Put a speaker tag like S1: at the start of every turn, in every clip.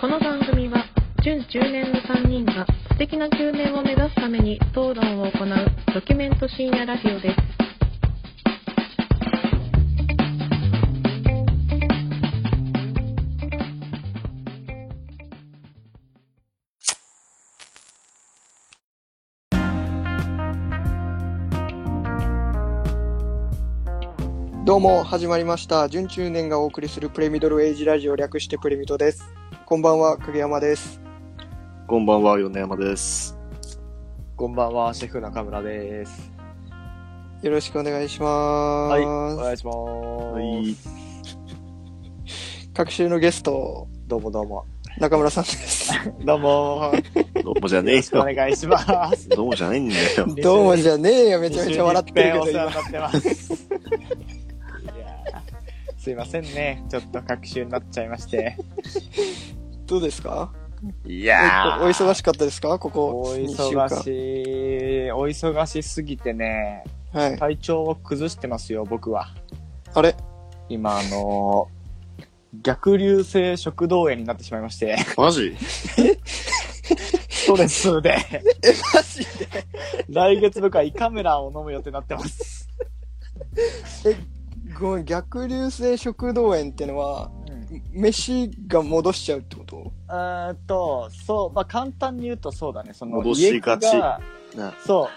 S1: この番組は準10年の3人が素敵な9年を目指すために討論を行うドキュメント深夜ラジオです。
S2: どうも始まりました準中年がお送りするプレミドルエイジラジオ略してプレミドですこんばんは影山です
S3: こんばんは、米山です。
S4: こんばんは、シェフ中村です。
S2: よろしくお願いしま
S4: はい、お
S2: す、
S4: 願いします。
S3: はい。
S2: 各週のゲスト
S4: どうもどうも。
S2: 中村さんです
S4: どうも。よ
S3: どうもじゃね
S4: ろしくお
S3: え
S4: 願いします。
S3: よ。どうもじゃねえんだ よ。
S2: どうもじゃねえよめちゃめちゃ笑ってるけ
S4: 二週
S2: ど
S4: に
S2: 今
S4: 一遍お世話になってます。いやーすいませんね。ちょっと隔週になっちゃいまして。
S2: どうですか
S3: い
S2: おお
S3: やー。
S2: 忙しかったですかここ
S4: お
S2: 2週間
S4: 忙しい。お忙しすぎてね、
S2: はい
S4: 体調を崩してますよ、僕は。
S2: あれ
S4: 今、あのー逆流性食道炎になってしまいまして、
S3: マジ
S4: ストレ スで、
S2: えマジで
S4: 来月僕は胃カメラを飲む予定になってます。
S2: ごめん逆流性食道炎ってのは
S4: うん
S2: 飯が戻しちゃうってこと
S4: うーんと、そう、まあ、簡単に言うとそうだね、その、
S3: 戻しがち
S4: 胃液が
S3: な
S4: そ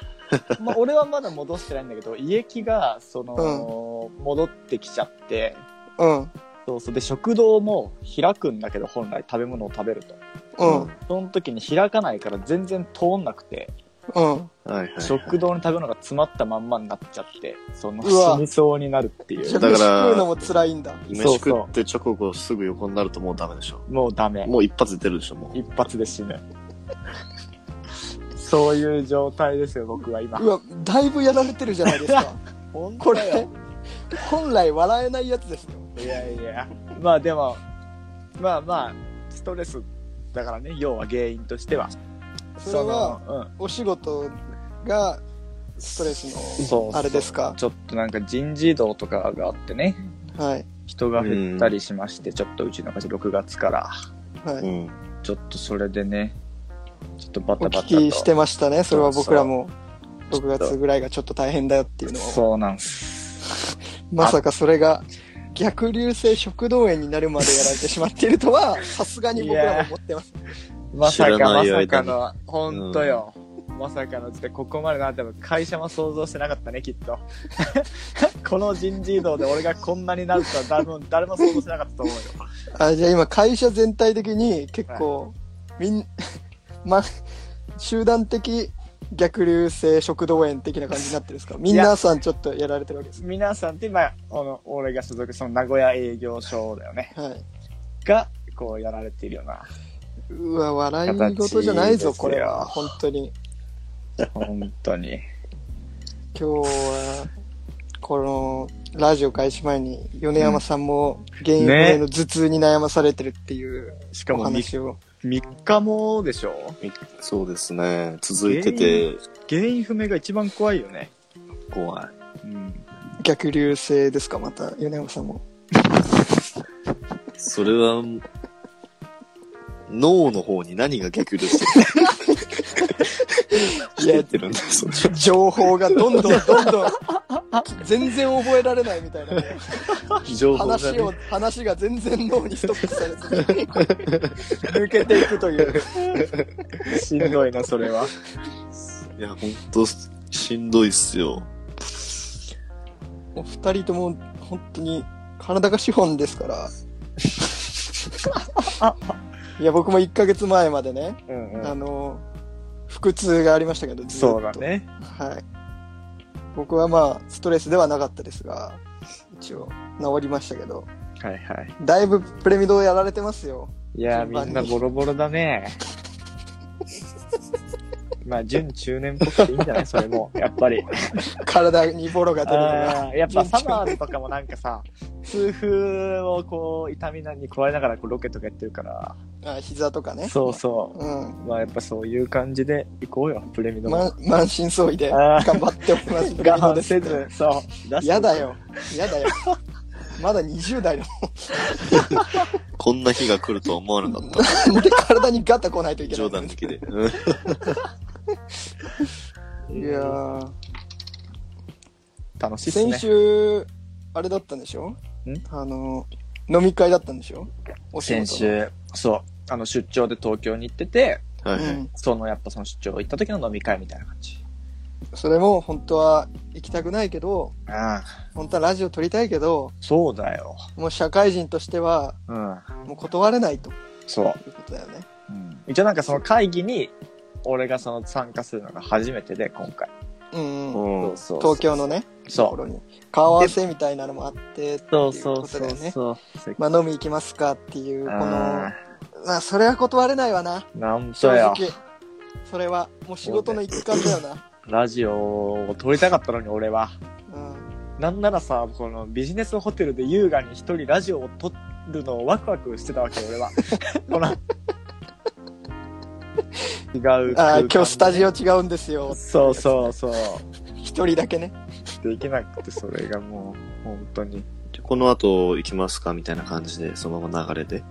S4: う。まあ、俺はまだ戻してないんだけど、 胃液が、その、戻ってきちゃって、
S2: うん
S4: そうそう。で、食堂も開くんだけど、本来食べ物を食べると。
S2: うん
S4: その時に開かないから全然通んなくて、
S2: うん
S3: はいはいはい。
S4: 食堂に食べ物が詰まったまんまになっちゃって、その、
S2: うわ
S4: 死にそうになるってい
S2: じゃ
S4: う
S2: あ。
S3: だか
S2: 飯
S3: ら
S2: 食うのも辛いんだ
S3: 飯食って直後すぐ横になるともうダメでしょ。
S4: もうダメ。
S3: もう一発で出るでしょ、もう。
S4: 一発で死ぬ。そういう状態ですよ、僕は今
S2: う。わだいぶやられてるじゃないです か
S4: 本
S2: こ
S4: 当だよ
S2: れ本来笑えないやつですよ
S4: いやいや、まあでも、まあまあ、ストレスだからね、要は原因としては。
S2: それは
S4: その、
S2: お仕事がストレ
S4: うん、
S2: ス
S4: そう
S2: のあれですか
S4: ちょっとなんか人事異動とかがあってね、
S2: はい
S4: 人が減ったりしまして、ちょっとうちの会社6月から、
S2: は
S3: う
S2: い
S3: ん。
S4: ちょっとそれでね、ちょっとバ
S2: お
S4: タバタ
S2: 聞
S4: と。
S2: きしてましたねそれは
S4: そうそ
S2: 僕
S4: う
S2: らも6月ぐらいがちょっと大変だよっていうのを
S4: そうなんです。
S2: まさかそれが逆流性食道炎になるまでやられてしまっているとはさすがに僕らも思ってます
S4: まさ
S3: 知
S4: か
S3: らな
S4: ま
S3: い間
S4: さ
S3: に
S4: かの、ほんとよ。まさかのつって、ここまでなっても会社も想像してなかったね、きっと。 この人事異動で俺がこんなになるとは誰 も、誰も想像してなかったと思うよ。
S2: あじゃあ今会社全体的に結構みん ま集団的逆流性食道炎的な感じになってるんですかみんなさんちょっとやられてるわけです
S4: 皆さんって今あの俺が所属その名古屋営業所だよね
S2: はい
S4: がこうやられているような
S2: うわ、笑い事じゃないぞ、これは。
S4: 形
S2: 本当に。
S4: 本当に
S2: 今日は、この、ラジオ開始前に、米山さんも、現役への頭痛に悩まされてるっていう
S4: しか
S2: お
S4: も 3,
S2: 話を。
S4: 日もでしょ
S3: そうですね。続いてて
S4: 原因不明が一番怖いよね
S3: 怖い。
S4: うん
S2: 逆流性ですか、また、米山さんも。
S3: それは、脳の方に何が逆流してる
S2: いや
S3: 切れてるんだよ、それ
S2: 情報がどんどんどん どん、全然覚えられないみたいな。
S3: 情報が
S2: 話
S3: ね
S2: を、話が全然脳にストップされ てる。
S4: 抜けていくというしんどいなそれはい
S3: や、ほんと、しんどいっすよ。
S2: もう二人とも、本当に、体が資本です から。いや、僕も1ヶ月前までね、
S4: うん、う
S2: あ
S4: ん、
S2: の、腹痛がありましたけど、ずっと。
S4: そうだ。ね
S2: はい。僕はまあ、ストレスではなかったですが、一応、治りましたけど、
S4: はいはい
S2: だいぶプレミドをやられてますよ。
S4: いやー
S2: 順番
S4: み
S2: に
S4: んなボロボロ だねまあ準中年っぽくていいんじゃないそれもやっぱり
S2: 体にボロが出るのが。
S4: あーやっぱサマーズとかもなんかさ、痛風をこう、痛みに加えながらこうロケとかやってるから、
S2: あ膝とかね。
S4: そうそ
S2: うん。
S4: う。まあやっぱそういう感じで行こうよ、プレミド
S2: ま
S4: も。
S2: 満身創痍で
S4: あー
S2: 頑張っております。
S4: 我慢
S2: プレ
S4: せ
S2: ミドで
S4: ず、そう。
S2: す。やだ。よ。やだよ。まだ20代だ
S3: こんな日が来るとは思わなかっ
S2: もんで体にガタ来ないとい
S3: た。
S2: けない。
S3: 冗談抜きで。うん
S2: いやー
S4: 楽しいっすね。
S2: 先週、あれだったんでしょあの、飲み会だったんでしょお仕事の
S4: 先。週、そう、あの、出張で東京に行ってて、
S3: は
S2: う
S3: いはい。
S2: ん。
S4: その、やっぱその出張行った時の飲み会みたいな感じ。
S2: それも本当は行きたくないけど、
S4: ああ、
S2: 本当はラジオ撮りたいけど、
S4: そうだよ。
S2: もう社会人としては、
S4: うん。
S2: もう断れないとい
S4: そう。
S2: うことだよね。
S4: 一応なんかその会議に、俺がその参加するのが初めてで、今回。
S2: うんうん。
S3: うん。
S4: そうそう
S2: 東京のね、とこ
S4: そう。
S2: ろに。顔合わせみたいなのもあって、ってい
S4: そう
S2: う
S4: そう
S2: こと
S4: そ
S2: だ
S4: う
S2: よね。
S4: そう。
S2: まあ飲み行きますかっていう、この、
S4: あ
S2: まあそれは断れないわな、
S4: ーなん
S2: 正
S4: とよ。
S2: 直。それは、もう仕事の一環だよな。
S4: ラジオを撮りたかったのに、俺は。
S2: うん。
S4: なんならさ、このビジネスホテルで優雅に一人ラジオを撮るのをワクワクしてたわけ、俺は。ほら。違う空間で。
S2: ああ、今日スタジオ違うんですよ。
S4: そうそうそう。
S2: 一人だけね。
S4: できなくて、それがもう、本当に。
S3: この後行きますかみたいな感じで、そのまま流れで。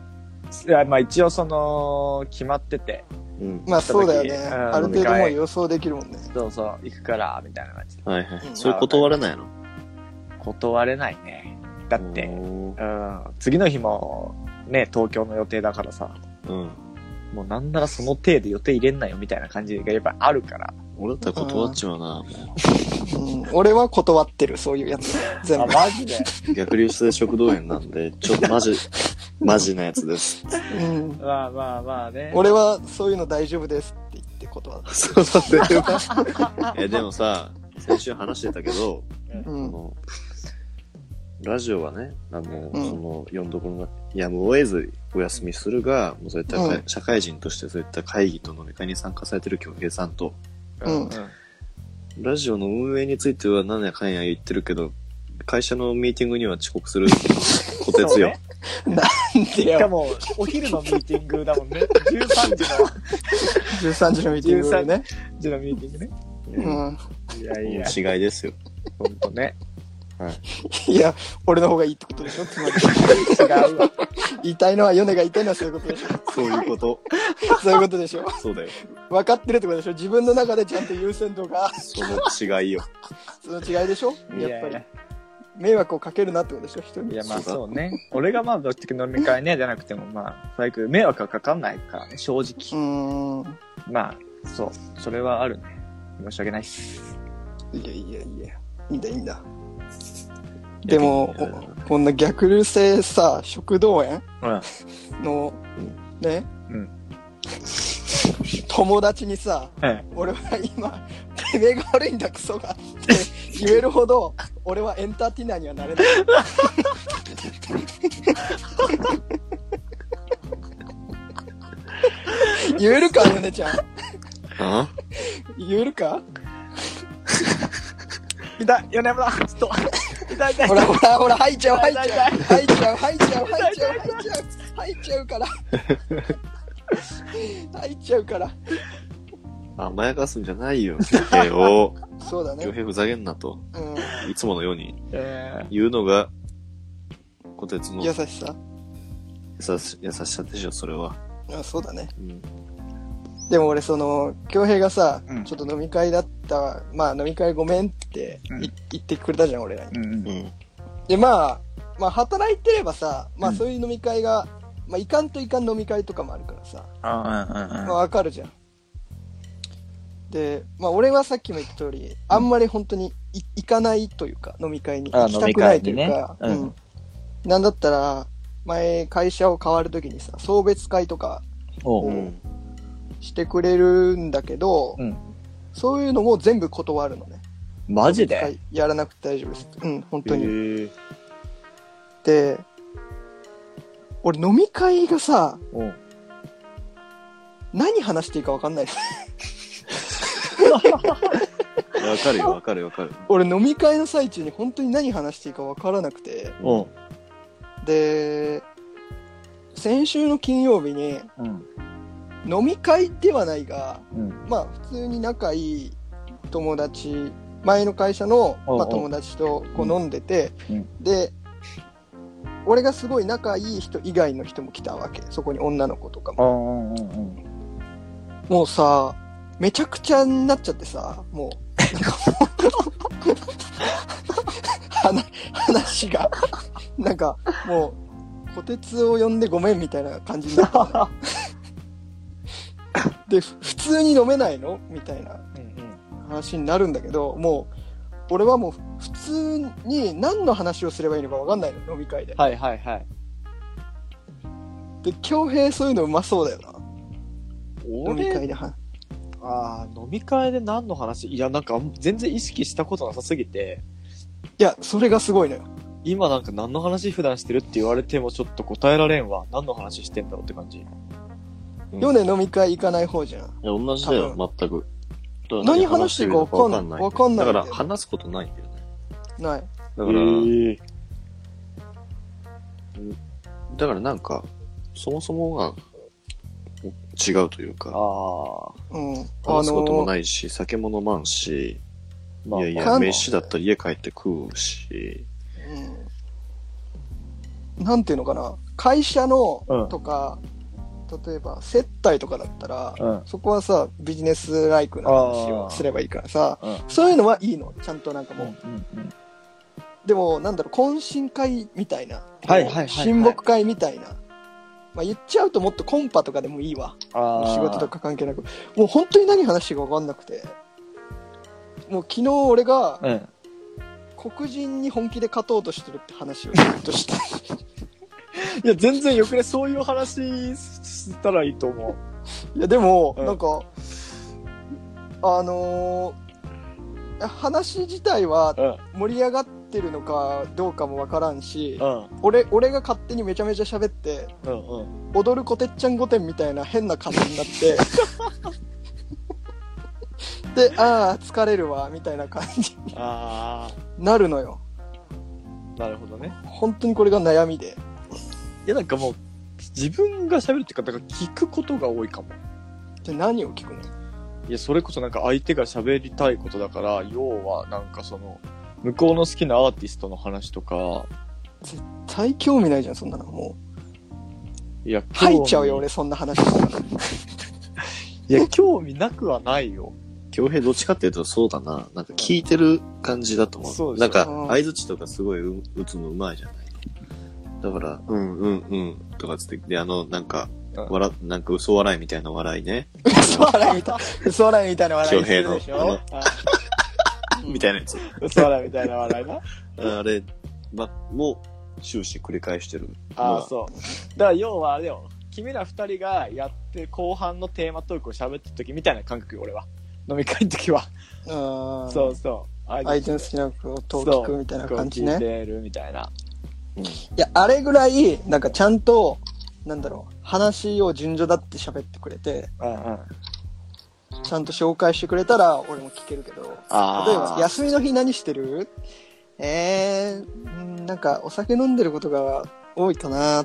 S4: いや、まあ一応その、決まってて。
S3: うん。
S2: まあそうだよね。
S4: うん
S2: ある程度もう予想できるもんね。
S4: そうそう、行くから、みたいな感じで。
S3: はいは
S2: う
S3: い。
S2: ん
S3: それ断れないの
S4: 断れないね。だって、う
S3: おー
S4: ん、次の日も、ね、東京の予定だからさ、
S3: うん。
S4: もうなんならその程度予定入れんなよ、みたいな感じがやっぱあるから。
S3: 俺だったら断っちまうな。
S2: うん。俺は断ってる、そういうやつ。全
S4: あ、
S2: 部。
S4: マ ジで
S3: 逆流性食道炎なんで、ちょっとマジ、マジなやつです。
S2: うん。
S4: まあまあまあね。
S2: 俺はそういうの大丈夫ですって言って断った。
S3: そうだね。 え、でもさ、先週話してたけど、
S2: う
S3: あ
S2: ん。
S3: の、ラジオはね、あの、
S2: うん
S3: その、読んどころがやむを得ずお休みするが、もうそういったかい、
S2: う
S3: 社会人としてそういった会議と飲み会に参加されてる京平さんと、
S2: うん
S3: ラジオの運営については何やかんや言ってるけど、会社のミーティングには遅刻する小鉄よ。
S2: で
S4: しか
S2: よ、
S4: も、お昼のミーティングだもんね。13時の、
S2: 13時のミーティングね。
S4: 時のミーティングね。
S2: うん。
S4: いや いや、
S3: うん違いですよ。
S4: ほんとね。
S2: いや、俺の方がいいってことでしょつまり。
S4: 違うわ。
S2: 言いたいのは、ヨネが言いたいのはそういうことでしょ
S3: そういうこと。
S2: そういうことでしょ
S3: そうだよ。
S2: 分かってるってことでしょ自分の中でちゃんと優先度が、
S3: その違いよ。
S2: その違いでしょ
S4: い
S2: やっぱ
S4: やい
S2: り
S4: や。。
S2: 迷惑をかけるなってことでしょ人
S4: い
S2: に。
S4: や、まあそうね。俺がまあ、どっちか飲み会ね、じゃなくても、まあ、最悪、迷惑はかかんないからね、正
S2: う
S4: 直。
S2: ーん。
S4: まあ、そう。それはあるね。申し訳ないっす。
S2: いやいやいや。いいんだいいんだ。でも、おこんな逆流性さ、食道炎
S4: うん。
S2: の、ね。
S4: うん
S2: 友達にさ、
S4: はい。
S2: 俺は今、てめえが悪いんだクソがって言えるほど、俺はエンターテイナーにはなれない。言えるか、ヨネちゃん。
S3: あ
S2: 言えるか
S4: 痛い、米村、ちょっと、痛い痛い
S2: ほ。らほらほら、吐いちゃう、吐いちゃう、吐いちゃう、吐いちゃう、吐いちゃう、吐いちゃう、吐いちゃうから。吐いちゃうから。
S3: 甘やかすんじゃないよ。恭平を。
S2: そうだ
S3: 恭
S2: ね。
S3: 平ふざけんなと。
S2: うん。
S3: いつものように
S4: え
S3: 言うのが、小鉄の
S2: 優
S3: 優
S2: しさ。
S3: し優しさでしょ、それは。
S2: うん、そうだね。
S3: うん。
S2: でも俺、その、恭平がさ
S4: うん、
S2: ちょっと飲み会だったわ、まあ飲み会ごめんってい
S4: うん
S2: 言ってくれたじゃん、俺らに。
S4: ーうんうん。
S3: うん。
S2: で、まあ、まあ働いてればさ、まあ
S4: うん
S2: そういう飲み会が、まあいかんといかん飲み会とかもあるからさ、
S4: あうんうん
S2: まあわかるじゃん。で、まあ俺はさっきも言った通り、あんまり本当にい行かないというか、飲み会に
S4: あ
S2: 行きたくないというか、
S4: 飲み会にねう
S2: う
S4: ん
S2: んなんだったら、前会社を変わるときにさ、送別会とか
S4: お
S3: う。
S4: うん
S2: してくれるんだけど、
S4: うん
S2: そういうのも全部断るのね。
S4: マジ
S2: は
S4: で
S2: いやらなくて大丈夫です。うん、本当
S3: へ
S2: に。
S3: ー
S2: で、俺飲み会がさ、
S4: うん。
S2: 何話していいか分かんないです。
S3: わかるよ、わかるよわかる。
S2: 俺飲み会の最中に本当に何話していいか分からなくて。
S4: おう
S2: で、先週の金曜日に
S4: うん。
S2: 飲み会ではないが、
S4: うん。
S2: まあ普通に仲いい友達、前の会社の、
S4: おう
S2: まあ、
S4: おう
S2: 友達とこう飲んでて、
S4: うん
S2: で、俺がすごい仲いい人以外の人も来たわけそこに女の子とかも
S4: うんうんうん
S2: もうさめちゃくちゃになっちゃってさもうなんかもう話話がなんかもう虎鉄を呼んでごめんみたいな感じになったのでふ普通に飲めないのみたいな
S4: うん
S2: 話になるんだけどもう俺はもう普通に何の話をすればいいのか分かんないの飲み会で
S4: はいはいはい
S2: で恭平そういうのうまそうだよな飲み会
S4: 俺
S2: では
S4: あー飲み会で何の話いやなんかあん全然意識したことなさすぎて
S2: いやそれがすごいのよ
S4: 今なんか何の話普段してるって言われてもちょっと答えられんわ何の話してんだろうって感じ
S3: うん
S2: ヨネ飲み会行かない方じゃん
S3: いや同じだよ、全く。
S2: 何話してるか分かんない分かんない
S3: だ
S2: んだ
S3: か
S2: よ
S3: ら話すことないんだよね。
S2: ない
S3: だから、
S4: え
S3: だからなんか、そもそもが違うというか、
S4: あ
S2: うん
S3: 話すことも
S2: い
S3: ないし、酒も飲まんし、い
S4: ー、まあ、
S3: やい
S2: ま
S3: や、
S2: あ
S3: 飯だったら家帰って食うし、
S2: うん、なんていうのかな会社の
S4: うん
S2: とか、例えば接待とかだったら、
S4: うん
S2: そこはさビジネスライクな話をすればいいからさ
S4: うん
S2: そういうのはいいのちゃんとなんかもう、
S4: うんうん
S2: でもなんだろう懇親会みたいな、
S4: はいはいはいはい
S2: 親睦会みたいな、まあ、言っちゃうともっとコンパとかでもいいわ
S4: あー
S2: 仕事とか関係なくもう本当に何話していいか分かんなくてもう昨日俺が
S4: うん
S2: 黒人に本気で勝とうとしてるって話をずっと して
S4: いや全然よくねそういう話したらいいと思う
S2: いやでも、
S4: うん
S2: なんかあのー話自体は
S4: うん
S2: 盛り上がってるのかどうかも分からんし
S4: うん
S2: 俺俺が勝手にめちゃめちゃ喋って
S4: うんうん
S2: 踊るこてっちゃん御殿みたいな変な感じにな って。で、ああ、疲れるわ、みたいな感じに
S4: あ
S2: なるのよ。
S4: あなるほどね
S2: 本当にこれが悩みで。
S4: いやなんかもう自分が喋るっていうかだから聞くことが多いかも
S2: じゃあ何を聞くの
S4: いやそれこそなんか相手が喋りたいことだから要はなんかその向こうの好きなアーティストの話とか
S2: 大興味ないじゃん、そんなの。もう。
S4: いや
S2: 入っちゃうよ、
S4: 興味
S2: 俺、そんな 話したら。
S4: いや 興味なくはないよ
S3: 京平どっちかっていうとそうだな。なんか聞いてる感じだと思う。
S4: そうでしょ
S3: なんか
S2: うん
S3: 相づちとかすごい打つのうまいじゃない。だから、うんうんうんとかつって、で、あの、なんか、
S4: うん
S3: 笑っ、なんか嘘笑いみたいな笑いね。
S2: 嘘笑いみたい。嘘笑いみたいな笑いするでし
S3: あ
S2: ょ
S3: の。みたいなやつ。
S4: 嘘だみたいな笑いな
S3: あれ、ま、もう終始繰り返してる。
S4: あ
S3: ま
S4: あそうだから要はあれよ君ら二人がやって後半のテーマトークを喋ってる時みたいな感覚よ俺は飲み会の時は
S2: うん。
S4: そうそうあ
S2: 相手の好きなことを聞くみたいな感じね。
S4: 聞いてるみたいない
S2: や、あれぐらい、なんかちゃんと、なんだろう、話を順序だって喋ってくれて、
S4: うんうん
S2: ちゃんと紹介してくれたら俺も聞けるけど例え
S4: あー
S2: ば休みの日何してるえー、うんなんかお酒飲んでることが多いかな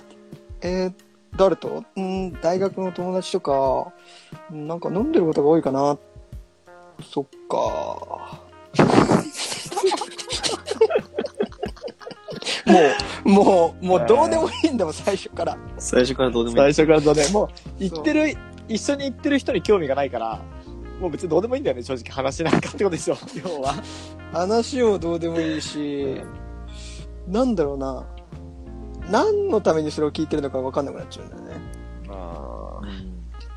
S2: えー、誰とうん大学の友達とかうんなんか飲んでることが多いかなそっ かもうもうもうどうでもいいんだもん最初から
S3: あ最初からどうでもい
S4: 最
S3: い。
S4: 初からどうでもう行ってる一緒に行ってる人に興味がないからもう別にどうでもいいんだよね正直話なんかってことでしょ要は
S2: 話をどうでもいいし、なんだろうな何のためにそれを聞いてるのか分かんなくなっちゃうんだよね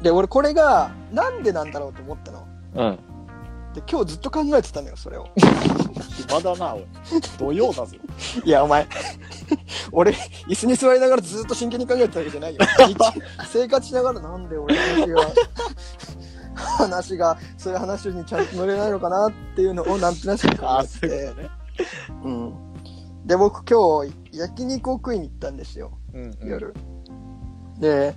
S2: で俺これがなんでなんだろうと思ったの
S4: うん
S2: で今日ずっと考えてたのよそれを
S4: 暇だなおい土曜だぞ
S2: いやお前 俺椅子に座りながらずっと真剣に考えてたわけじゃない よ日生活しながらなんで俺話が 話がそういう話にちゃんと乗れないのかなっていうのをなんとなく考
S4: ああ
S2: え
S4: そ
S2: て
S4: ういう
S2: て
S4: ことね
S2: うんで僕今日焼肉を食いに行ったんですよ
S4: うん
S2: 夜、で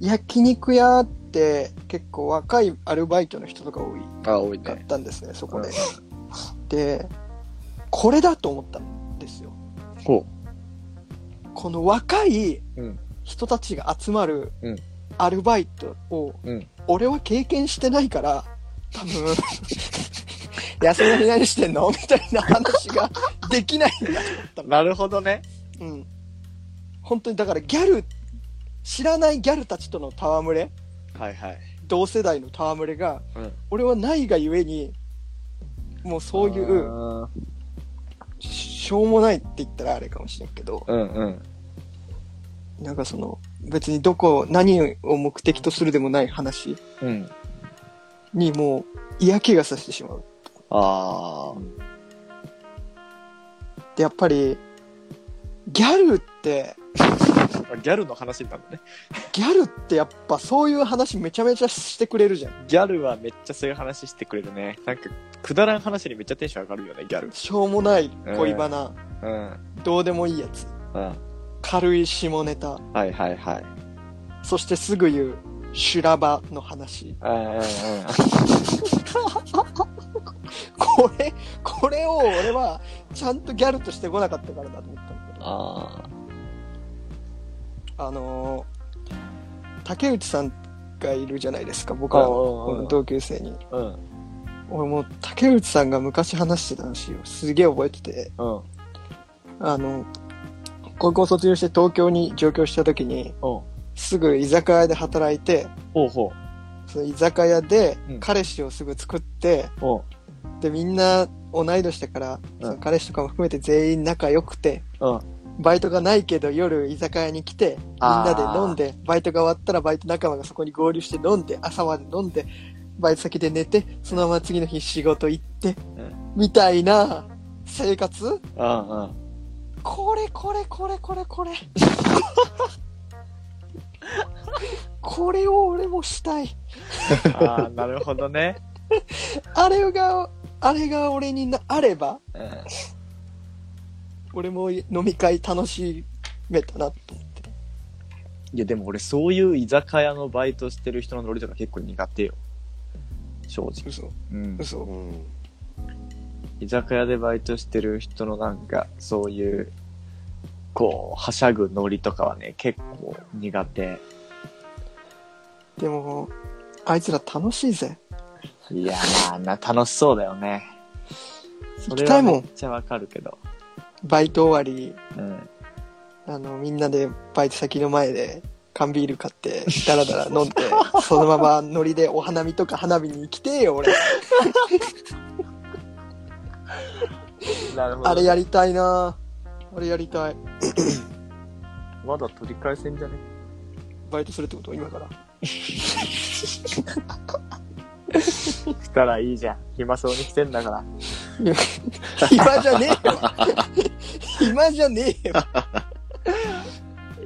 S2: 焼肉屋って結構若いアルバイトの人とか多い
S4: あ多い
S2: かったんですねそこで、でこれだと思ったんですよ
S4: ほ
S2: この若い
S4: うん
S2: 人たちが集まる
S4: うん
S2: アルバイトを、
S4: うん
S2: 俺は経験してないから多 分休みの日何 してんのみたいな話ができないんだと思ったの
S4: なるほどね
S2: うん、本当にだからギャル、知らないギャルたちとの戯れ、
S4: はいはい。
S2: 同世代の戯れが、
S4: うん
S2: 俺はないがゆえに、もうそういう、
S4: う。
S2: しょうもないって言ったらあれかもしれんけど、
S4: うんうん。
S2: なんかその、別にどこ、何を目的とするでもない話
S4: うん。
S2: にもう嫌気がさしてしまう。
S4: あ
S2: で、やっぱり、ギャルって、
S4: あ。ギャルの話になるね。
S2: ギャルってやっぱそういう話めちゃめちゃしてくれるじゃん。
S4: ギャルはめっちゃそういう話してくれるね。なんか、くだらん話にめっちゃテンション上がるよね、ギャル。
S2: しょうもない恋バナ、
S4: うん。
S2: どうでもいいやつ、
S4: うん。
S2: 軽い下ネタ、
S4: はいはいはい。
S2: そしてすぐ言う修羅場の話。
S4: うんうんうん。
S2: これ、これを俺はちゃんとギャルとしてこなかったからだと思ったんだけど、
S4: あ
S2: あのー竹内さんがいるじゃないですか、僕
S4: あ。
S2: は
S4: うん
S2: 同級生に。
S4: うん。
S2: 俺もう竹内さんが昔話してた話をすげえ覚えてて、
S4: うん。
S2: あの、高校卒業して東京に上京した時に、
S4: おう
S2: すぐ居酒屋で働いて、
S4: ほうほ
S2: その居酒屋で
S4: うん
S2: 彼氏をすぐ作って、
S4: う。おう。
S2: で、みんな同い年だから、
S4: ん
S2: その彼氏とかも含めて全員仲良くて、
S4: うん。
S2: バイトがないけど夜居酒屋に来て、みん
S4: あー
S2: なで飲んで、バイトが終わったらバイト仲間がそこに合流して飲んで、朝まで飲んで、バイト先で寝て、そのまま次の日仕事行って
S4: うん、
S2: みたいな生活
S4: うんうん。
S2: これこれこれこれ これこれを俺もしたい
S4: ああ、なるほどね。
S2: あれがあれが俺になあれば
S4: うん。
S2: 俺も飲み会楽しめたなと思って
S4: いや、でも俺、そういう居酒屋のバイトしてる人のノリとか結構苦手よ。正直。
S2: 嘘
S4: うん。
S2: 嘘
S3: うん。
S4: 居酒屋でバイトしてる人のなんか、そういう、こう、はしゃぐノリとかはね、結構苦手。
S2: でもあいつら楽しいぜ
S4: いやー、な、楽しそうだよね。そ
S2: 行
S4: れ
S2: きた
S4: はい
S2: もん
S4: めっちゃわかるけど。
S2: バイト終わり
S4: うん。
S2: あのみんなでバイト先の前で缶ビール買ってダラダラ飲んで そのままノリでお花見とか花火に行きてえよ俺
S4: なるほ
S2: あれやりたいなあれやりたい
S4: まだ取り返せんじゃね
S2: バイトするってこと今から
S4: したらいいじゃん。暇そうに来てんだから。
S2: 暇じゃねえよ暇じゃねえよ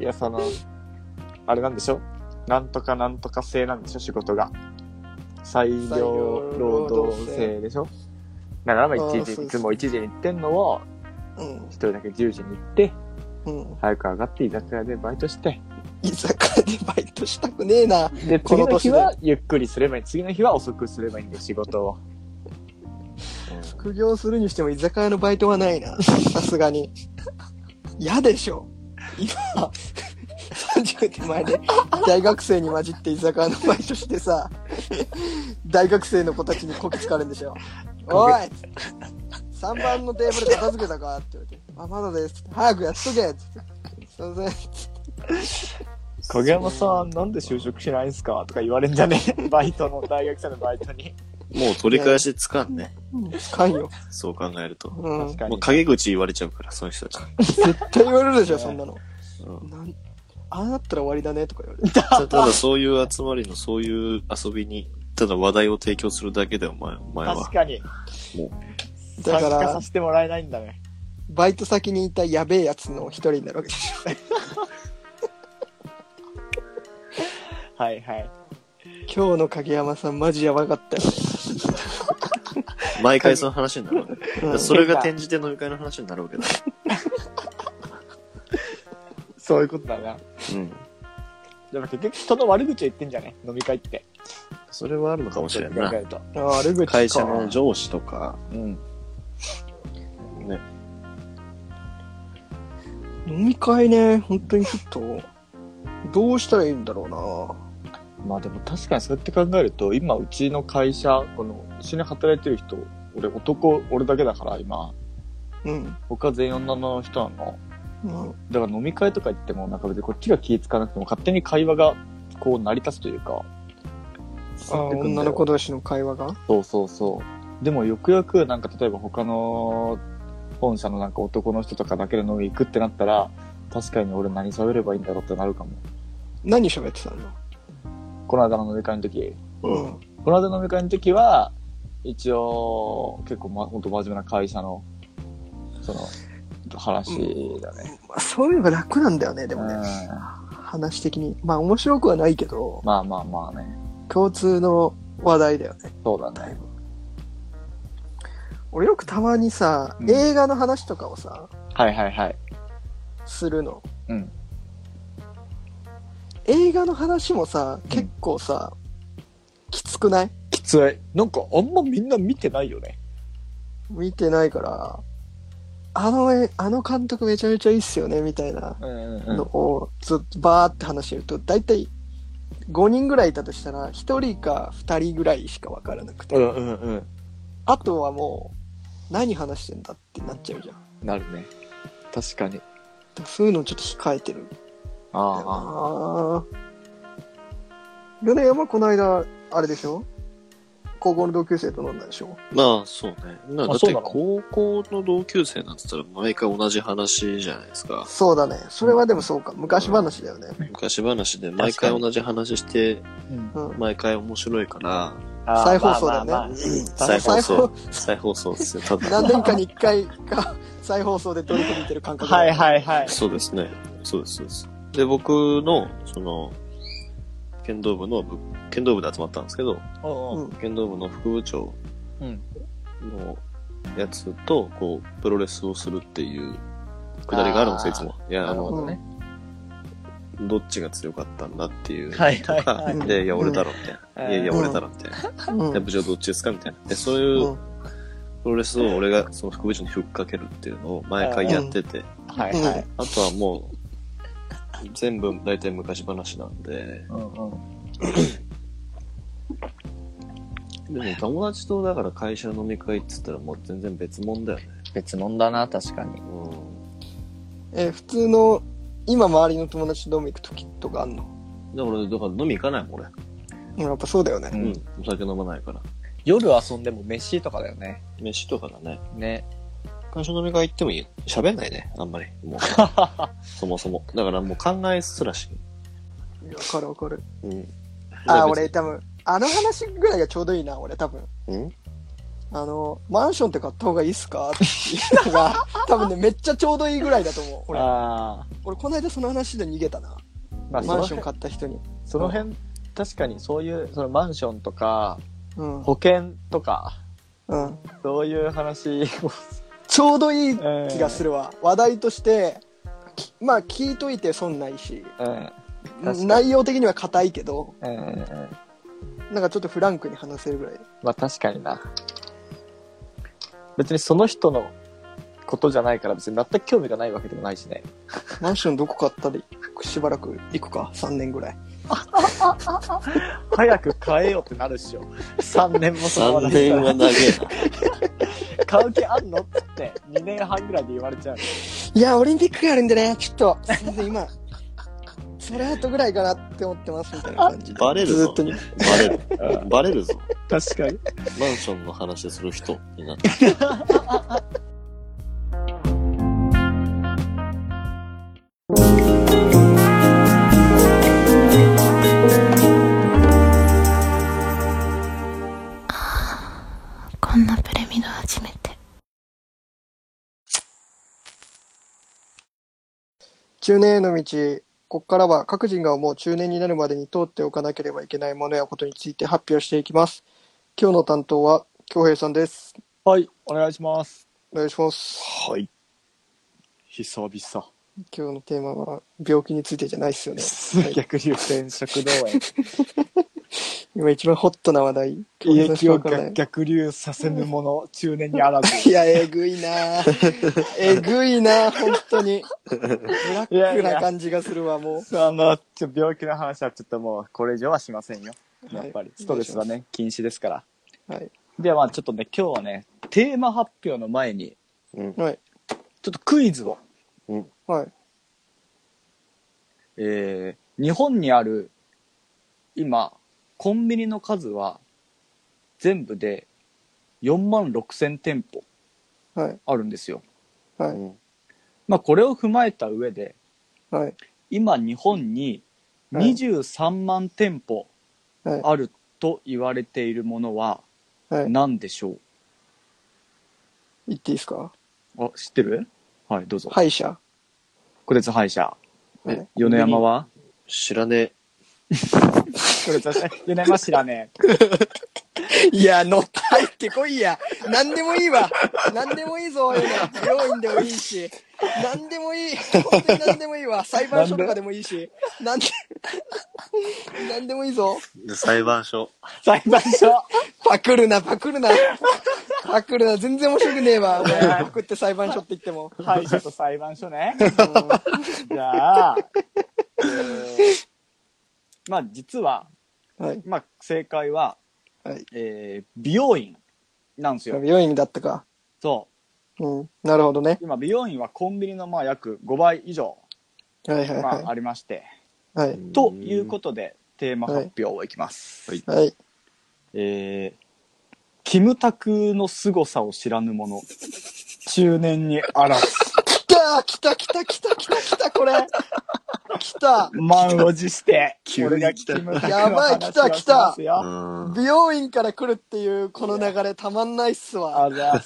S4: いや、その、あれなんでしょなんとかなんとか制なんでしょ仕事が。裁
S2: 裁
S4: 量
S2: 量
S4: 労
S2: 労
S4: 働
S2: 働
S4: 制
S2: 制
S4: でしょだからまあ
S2: あー
S4: 1
S2: そう
S4: 時、
S2: そう
S4: いつも1時に行ってんのを、
S2: うん
S4: 一人だけ10時に行って、
S2: うん
S4: 早く上がって居酒屋でバイトして、
S2: 居酒屋でバイトしたくねえな
S4: で、
S2: こ
S4: 次
S2: の
S4: の
S2: 年
S4: 日
S2: で
S4: はゆっくりすればいい。次の日は遅くすればいいんで仕 事を。
S2: 副業するにしても居酒屋のバイトはないなさすがに嫌でしょ今30手前で大学生に混じって居酒屋のバイトしてさ大学生の子たちにこき使われるんでしょ「おい3番のテーブル片付けたか?」って言われて「あまだです」早くやっとけ」っつって「すいません」
S4: 影山さん、なんで就職しないんすかとか言われんじゃね えバイトの、大学生のバイトに。
S3: もう取り返しつかんね。
S2: かんよ。
S3: そう考えると。
S2: うん。
S4: 確
S2: 絶
S4: か
S3: もう
S4: に。
S3: 陰口言われちゃうから、その人たち。
S2: 対言われるでしょ、
S4: ね
S2: そんなの。
S3: うん
S2: なんああなったら終わりだねとか言わ れる。
S3: たただそういう集まりのそういう遊びに、ただ話題を提供するだけだよ、お前お前は
S4: 確。かに。
S3: もう
S2: だ
S4: 参
S2: か
S4: 加
S2: ら
S4: さ、せてもらえないんだね。
S2: バイト先にいたやべえやつの一人になるわけでし
S4: はいは
S2: ょ。
S4: い。
S2: 今日の影山さんマジやばかったよ
S3: 毎回その話になるわけ。
S2: ね。
S3: それが転じて飲み会の話になるわけだ。
S4: そういうことだな。
S3: うん。
S4: でも結局人の悪口を言ってんじゃね飲み会って。
S3: それはあるのかもしれん
S4: そう考え
S3: な。
S4: ると。
S2: うん、悪口か
S3: 会社の上司とか、
S4: うん。
S3: ね。
S2: 飲み会ね、本当にちょっと、どうしたらいいんだろ
S4: まあでも確かにそうやって考えると、今うちの会社、この、一緒に働いてる人、俺男、俺だけだから今、
S2: うな。うん。
S4: 他全員女の人なの。
S2: うん
S4: だから飲み会とか行っても、なんか別にこっちが気ぃ使わなくても、勝手に会話がこう成り立つというか。
S2: あー女の子同士の会話が
S4: そうそうそう。でもよくよく、なんか例えば他の本社のなんか男の人とかだけで飲み行くってなったら、確かに俺何喋ればいいんだろうってなるかも。
S2: 何喋ってたの
S4: この間の飲み会の時。
S2: うん
S4: この間の飲み会の時は、一応、結構、ま、本当真面目な会社の、その、話だね。
S2: まあ、そういうのが楽なんだよねで
S4: で
S2: も
S4: もね
S2: ね、話的にまあ面白くはないけど
S4: まあまあまあね。
S2: 共通の話題だよね
S4: そうだ
S2: だい
S4: ね。
S2: ぶ俺よくたまにさ、
S4: うん
S2: 映画の話とかをさ
S4: はいはいはい。
S2: するの
S4: うん。
S2: 映画の話もさ結構さ、きつくない
S4: きつい。なんかあんまみんな見てないよね。
S2: 見てないからあのえあの監督めちゃめちゃいいっすよねみたいな
S4: うんうん
S2: のをずっとバーって話してると大体5人ぐらいいたとしたら1人か2人ぐらいしか分からなくて、
S4: うんうんうん。
S2: あとはもう何話してんだってなっちゃうじゃんだか
S4: なるね。確かに。
S2: らそういうのちょっと控えてる
S4: ああ。
S2: ああ米山この間あれでしょ高校の同級生と飲んだでしょ
S3: まあ、そうね。まあ、だ
S4: あ
S3: って
S4: そうなの
S3: 高校の同級生なんて言ったら毎回同じ話じゃないですか。
S2: そうだねそれはでもそうか昔話だよね
S3: 昔話で毎回同じ話して、
S4: うん
S2: うん
S3: 毎回面白いから、
S2: 再放送だよね、
S4: まあまあまあ
S3: 再放
S2: 再放
S3: 送、再放送ですよ、ただ。
S2: 何年かに1回か再放送でどれか見てる感覚だ
S4: はいはいはい。
S3: そうですね。そうです、そうです。で、僕の、その、剣道部の部、剣道部で集まったんですけど、
S4: おうおう
S3: 剣道部の副部長
S4: うん。
S3: のやつと、こう、プロレスをするっていう、くだりがあるんですよ、いつも。いや、あ
S4: なるほ
S3: の、
S4: どね。
S3: どっちが強かったんだっていう。
S4: はいはい
S3: か
S4: はい。
S2: い
S3: で、いや、俺だろ、みたいな。いやいや、
S2: うん
S3: 俺だろ、みたいな。
S2: うん
S3: いや、部長どっちですかみたいな。で、そう
S2: う
S3: い
S2: ん
S3: うプロレスを俺が、その副部長にふっかけるっていうのを毎回やってて、
S4: はいはい。
S3: あとはもう、全部大体昔話なんで、
S4: うんうん。
S3: でも友達とだから会社飲み会って言ったらもう全然別物だよね。
S4: 別物だな、確かに。
S3: う
S2: えー普通の今周りの友達と飲み行く時とかあんの
S3: ん。だから、だから飲み行かないもん俺。
S2: うんやっぱそうだよね、
S4: う
S3: うんん。お酒飲まないから。
S4: 夜遊んでも飯とかだよね。
S3: 飯とかだね。
S4: ね。
S3: 会社飲み会行ってもいい喋んないね、あんまり。もう、 そもそも。だからもう考えすらし
S2: わかるわかる
S3: ない。うん。
S2: あー俺多分あの話ぐらいがちょうどいいな俺多分
S3: うん
S2: あのマンションって買った方がいいっすかっていうの が多分ねめっちゃちょうどいいぐらいだと思う俺
S4: あ
S2: 俺この間その話で逃げたな
S4: あ。まあ、そ
S2: マン
S4: の
S2: ション
S4: 辺、
S2: 買った人に
S4: その辺、確かにそういう、そのマンションとか、
S2: うん、
S4: 保険とか、
S2: うん、
S4: そういう話を、
S2: ちょうどいい気
S4: 気
S2: がするわ、話題としてきまあ聞いといて損ないし
S4: うん。確かに
S2: 内容的には硬いけど
S4: うんうんうん。
S2: なんかちょっとフランクに話せるぐらい
S4: まあ確かにな。別にその人のことじゃないから別に全く興味がないわけでもないしね。
S2: マンションどこ買ったでしばらく行くか3年ぐらい
S4: 早く変えようってなるっしょ。3年もその
S3: 3年は長え
S4: 買う気あんのってって2年半ぐらいで言われちゃう。
S2: いやオリンピックがあるんでねちょっとすいません今 それあとぐらいかなって思ってますみたいな感じ
S3: な。
S2: で
S3: バレる
S2: ず
S3: ぞ
S2: っ。とに
S3: バレる。バレるぞ。
S4: 確かに。
S3: マンションの話する人になって。
S1: こんなプレミド初めて
S2: 中年への道ここからは各人が思う中年になるまでに通っておかなければいけないものやことについて発表していきます今日の担当は京平さんです
S4: はい、お願いします。
S2: お願いします
S4: はい。久々。
S2: 今日のテーマは病気についてじゃないっすよね
S4: 逆流転食動園。
S2: 今一番ホットな話題
S4: 胃液を
S2: わかんない
S4: 逆流させぬもの、中年にあらず。
S2: いやえぐいなえぐいな本当にブラックな感じがするわもう
S4: あの、ちょ病気の話はちょっともうこれ以上はしませんよ。やっぱり、ストレスはね、禁止ですから。
S2: はい。
S4: ではまあちょっとね、今日はね、テーマ発表の前に、
S3: うん。
S2: はい。
S4: ちょっとクイズを
S3: うん
S2: はい。
S4: えー日本にある今コンビニの数は全部で4万6千店舗
S2: はい。
S4: あるんですよ。
S2: は
S3: う
S2: い。
S3: ん
S4: まあ、これを踏まえた上で
S2: はい。
S4: 今日本に23万店舗
S2: はい。
S4: あると言われているものは
S2: はい。
S4: 何でしょ
S2: 言っていいですか
S4: うあ知ってるはいどうぞ。
S2: 歯医者。
S4: こてつ歯医者。
S2: はい
S3: え
S4: 米山は
S3: 知らねえ。
S4: これつ米山知らねえ。
S2: いや、乗って入ってこいや。何でもいいわ。何でもいいぞ、今。病院でもいいし。何でもいい。本当に何でもいいわ。裁判所とかでもいいし。何で、 何でもいいぞ。
S3: で裁判所。
S4: 裁判 所
S2: パクるな、パクるな。パクるな、全然面白くねえわ。お前パクって裁判所って言っても。
S4: 歯医者と裁判所ね。
S2: う
S4: じゃあ、えーまあ実は、
S2: んはい。
S4: まあ、正解は、
S2: はい
S4: えー美容院なんですよ。
S2: 病院だったか。
S4: そ
S2: うん。なるほどね。
S4: う今美容院はコンビニのまあ約5倍以上、
S2: はいはい
S4: まあ、
S2: は
S4: ありまして。
S2: い。はい。
S4: ということでテーマ発表をいきます。
S3: はい
S2: はい。
S4: えーキムタクの凄さを知らぬ者、中年にあらず、
S2: 来た来た来た来た来た来たこれ来た
S4: 満を持して、
S3: 急
S4: 俺が
S3: に来
S4: キ
S3: た
S4: ムタクの
S2: やばい来た
S4: 話をしますよ
S3: う
S4: あ
S3: ん。
S2: 美容院から来るっていうこの流れたまんないっすわ。
S4: ざー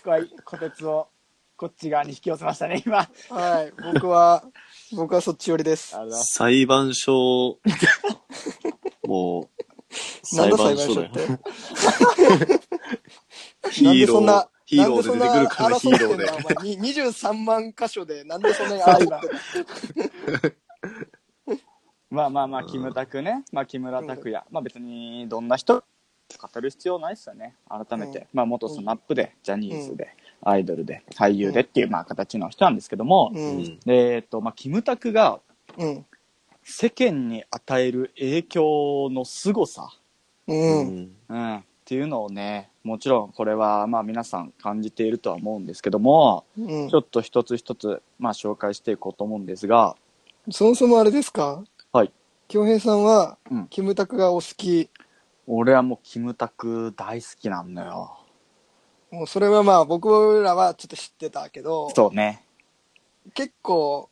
S4: す。はい、こてつをこっち側に引き寄せましたね、今。
S2: はい。僕は、僕はそっち寄りです。
S4: ありがとうございます。
S3: 裁判所。もう、
S2: なん
S3: 裁
S2: だ裁判
S3: 判所
S2: 所
S3: だ
S2: っ
S3: よ。
S2: て。
S3: ヒ
S2: なんで
S3: ー
S2: そ
S3: ロ
S2: ん
S3: ー
S2: な、、
S3: ヒーローで出てくるか
S2: な
S3: ら
S2: んそ
S3: ヒ
S2: んな
S3: ー
S2: 争って
S3: ロー
S2: ん
S3: で。
S2: だお前に23万箇所で、なんでそんなに争ってんだ
S4: まあまあまあ、キムタクね。まあ、木村拓哉。まあ別に、どんな人語る必要ないっすよね。改めて。
S2: うん
S4: まあ、元スマップで、ジャニーズで、アイドルで、俳優でっていう、まあ形の人なんですけども、
S2: う。
S3: うんん。
S4: えっと、まあ、キムタクが
S2: うん。
S4: 世間に与える影響の凄さ、
S2: う。
S3: うんん
S4: うん、っていうのをね、もちろんこれは、まあ皆さん感じているとは思うんですけども、
S2: うん
S4: ちょっと一つ一つ、まあ紹介していこうと思うんですが、
S2: そもそもあれですか
S4: はい。
S2: 京平さんは
S4: うん、
S2: キムタクがお好き。
S4: 俺はもうキムタク大好きなんだよ。
S2: もうそれはまあ僕らはちょっと知ってたけど、
S4: そうね。
S2: 結構、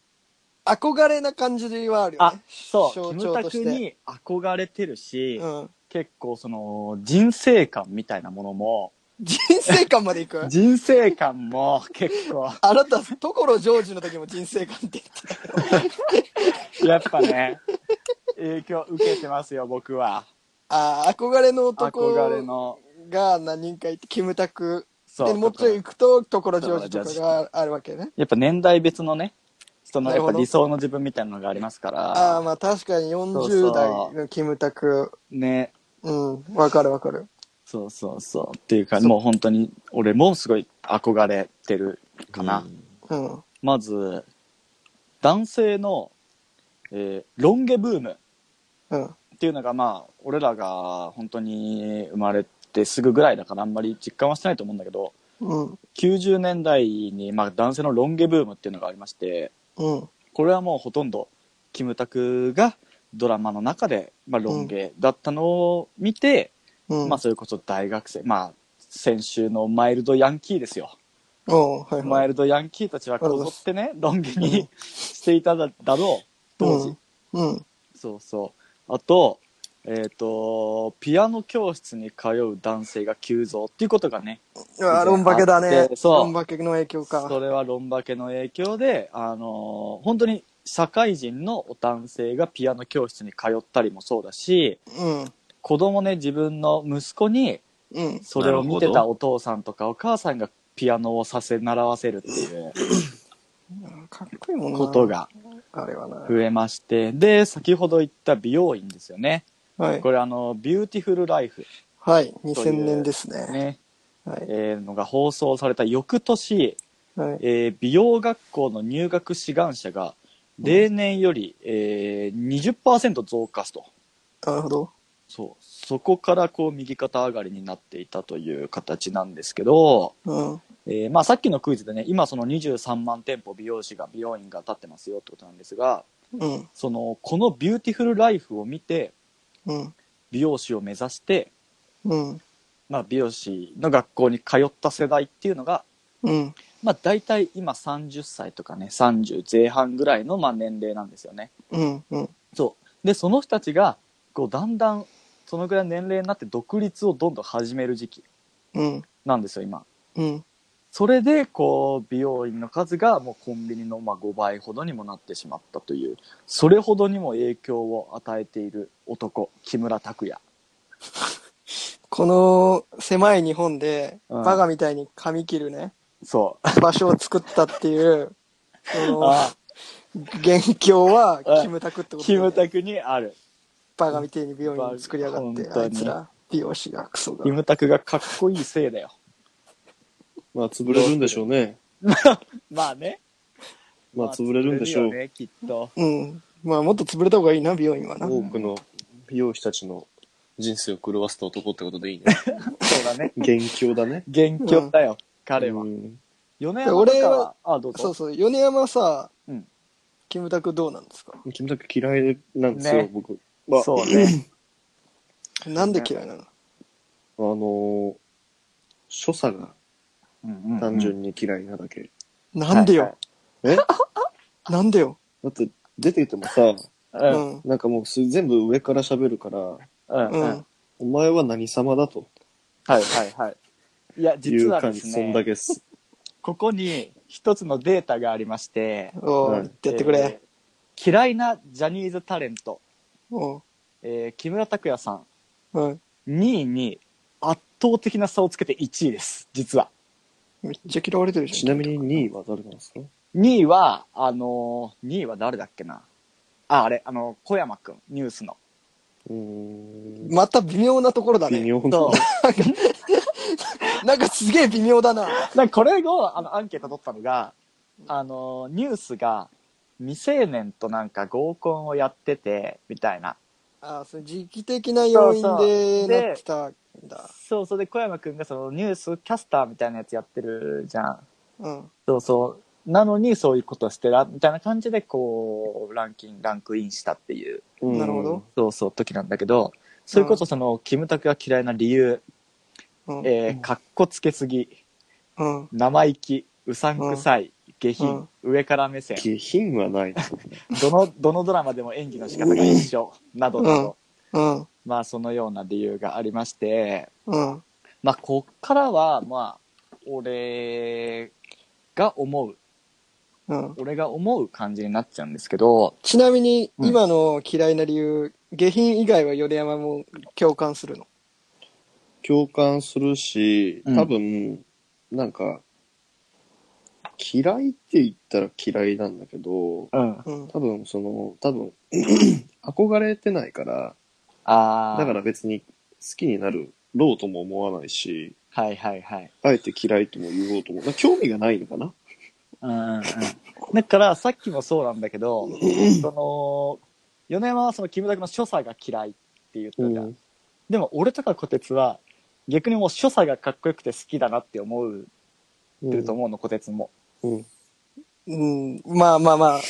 S2: 憧れな感じはあるよ
S4: あ
S2: ね。、
S4: そう、
S2: 象
S4: キム
S2: 徴
S4: タ
S2: と
S4: ク
S2: して
S4: に憧れてるし、
S2: うん。
S4: 結構その人生観みたいなものも、
S2: 人生観までい く
S4: 人生観も結構、
S2: あなた、所ジョージの時も人生観って言ってた。
S4: やっぱね、影響受けてますよ、僕は。
S2: ああ、憧れの男
S4: 憧れの。
S2: が何人かいて、キムタク。
S4: そ
S2: で、
S4: う。
S2: もっと行くと、所ジョージとかがあるわけね。
S4: やっぱ年代別のね、その
S2: なる
S4: やっ
S2: ほど
S4: ぱ理想の自分みたいなのがありますか
S2: ああ、
S4: ら、
S2: まあ確かに
S4: そう
S2: 40代
S4: そう
S2: のキムタク。
S4: ね、
S2: うん、わかるわかる。
S4: そうそうそう。っていうか、もう本当に俺もすごい憧れてるかな。
S2: うん。
S4: まず、男性の、えーロン毛ブーム
S2: うん。
S4: っていうのが、まあ、俺らが本当に生まれてすぐぐらいだから、あんまり実感はしてないと思うんだけど、
S2: うん。
S4: 90年代に、まあ、男性のロン毛ブームっていうのがありまして、
S2: うん。
S4: これはもうほとんど、キムタクがドラマの中で、まあ、ロン毛だったのを見て、
S2: うん。
S4: まあ、それこそ大学生、まあ、先週のマイルドヤンキーですよ。
S2: おうはい
S4: マ
S2: はい。
S4: イルドヤンキーたちはこぞってね、ロン毛
S2: う
S4: にしていただろう、当時。
S2: うん。うん。
S4: そうそう。あと、えっ、と、ピアノ教室に通う男性が急増っていうことがね、
S2: うわロンバケだね
S4: で。そう
S2: ロンバケの影響か。
S4: それはロンバケの影響で、あのー本当に社会人の男性がピアノ教室に通ったりもそうだし、
S2: うん。
S4: 子供ね、自分の息子に
S2: うん。
S4: それを見てたお父さんとかお母さんがピアノをさせ、習わせるっていう
S2: かっこいいもんな。
S4: こと。が
S2: あれはな。
S4: 増えまして、で、先ほど言った美容院ですよね。
S2: はい。
S4: これあの、ビューティフルライフ
S2: はい。2000年ですね。
S4: ね、
S2: はい。
S4: えーのが放送された翌年、
S2: はい。
S4: えー美容学校の入学志願者が例年より、えー、20%増加すと。
S2: なるほど。
S4: そうそこからこう右肩上がりになっていたという形なんですけど、
S2: うん。
S4: えーまあ、さっきのクイズでね今その23万店舗美容師が美容院が立ってますよってことなんですが
S2: うん。
S4: そのこのビューティフルライフを見て
S2: うん。
S4: 美容師を目指して、
S2: うん。
S4: まあ、美容師の学校に通った世代っていうのが、
S2: うん。
S4: まあ、大体今30歳とかね30前半ぐらいのまあ年齢なんですよね。
S2: うん。うん。
S4: そうでその人たちがこうだんだんそのぐらいの年齢になって独立をどんどん始める時期
S2: うん。
S4: なんですよ今。
S2: うん。
S4: それでこう美容院の数がもうコンビニのまあ5倍ほどにもなってしまったというそれほどにも影響を与えている男木村拓哉
S2: この狭い日本で、
S4: うん
S2: バカみたいに髪切るね、
S4: そう
S2: 場所を作ったっていう、 その、
S4: あ
S2: 元凶は、キムタク ってことだ
S4: キ
S2: よね
S4: ムタクにある
S2: バカみてえに美容院作りやがって、
S4: 本当に
S2: あいつら、美容師がクソが
S4: キ。ムタクがかっこいいせいだよ
S3: まあ、潰れるんでしょうね。
S4: まあね
S3: まあ、潰れるんでしょ
S4: よ
S3: う。
S4: ねきっと
S2: うん。まあ、もっと潰れた方がいいな、美容院はな。
S3: 多くの美容師たちの人生を狂わせた男ってことでいいね。
S4: そうだね
S3: 元凶だね。
S4: 元凶だよ、彼は
S3: うん
S4: 米山とかはあどうぞ
S2: そうそう、米山はさ、
S4: うん
S2: キムタクどうなんですか
S3: キムタク嫌いなんですよ、
S4: ね
S3: 僕。まあ、
S4: そうね
S2: なんで嫌いなの
S3: あのー所作が単純に嫌いなだけ。
S2: なんでよ、
S3: えだ
S2: なんでよ、
S3: って、出てきてもさ、
S4: う
S2: うんん、
S3: なんかもうす全部上から喋るから、
S4: うん
S2: う、
S4: うんん、
S2: うん、
S3: お前は何様だと
S4: はいはいはいいや
S3: い
S4: 実
S3: う
S4: は
S3: 感
S4: で
S3: じ、
S4: す
S3: そん
S4: ね
S3: だけっす。
S4: ここに一つのデータがありまして、
S2: おう
S3: う
S2: 言
S3: ん
S2: ってやってくれ。
S4: えー嫌いなジャニーズタレント、
S2: おう
S4: えー木村拓哉さ
S2: うん、
S4: ん、2位に圧倒的な差をつけて1位です、実は。
S2: めっちゃ嫌われてる
S3: ち
S2: じゃ。
S3: なんみに2位は誰なんですか
S4: 2位は、あのー、2位は誰だっけな。あ、あれ、あの、小山くん、ニュースの。
S3: うーん。
S2: また微妙なところだ
S3: 微
S2: ね。
S3: 妙な
S4: そ。う。
S2: なんかすげえ微妙だな。
S4: なんかこれを、あの、アンケート取ったのが、あのー、ニュースが、未成年となんか合コンをやってて、みたいな。
S2: ああ、その時期的な要因
S4: そうそう
S2: で
S4: で
S2: なってたんだ。
S4: そう、それで小山くんがそのニュースキャスターみたいなやつやってるじゃん。
S2: うん、
S4: そうそう。なのにそういうことしてら、みたいな感じで、こう、ランキング、ランクインしたっていう、
S3: うん
S2: なるほど。
S4: そうそう、時なんだけど、それこそその、キムタクが嫌いな理由、
S2: うん、
S4: えー、かっこつけすぎ、
S2: うん、
S4: 生意気、うさんくさい、下品、上から目線、
S3: 下品はない。
S4: どの、どのドラマでも演技の仕方が一緒、などなど、
S2: うん、
S4: まあ、そのような理由がありまして、
S2: うん、
S4: まあ、こっからは、まあ、俺が思う、
S2: うん。
S4: 俺が思う感じになっちゃうんですけど、
S2: ちなみに、
S4: うん
S2: 今の嫌いな理由、下品以外は米山も共感するの。
S3: 共感するし、
S4: うん
S3: 多分、なんか、嫌いって言ったら嫌いなんだけど、
S4: うん。
S2: うん、
S3: 多分その、多分、 憧れてないから、
S4: ああ。
S3: だから別に好きになるろうとも思わないし、
S4: はいはいはい。
S3: あえて嫌いとも言おうとも、なんか興味がないのかな
S4: うんうんうん。だからさっきもそうなんだけど、その、米山はそのキムタクの所作が嫌いって言ったじゃん。
S3: うん
S4: でも俺とか小鉄は逆にもう所作がかっこよくて好きだなって思うってると思うの、小鉄も。
S3: うん。
S2: うん、まあまあまあ。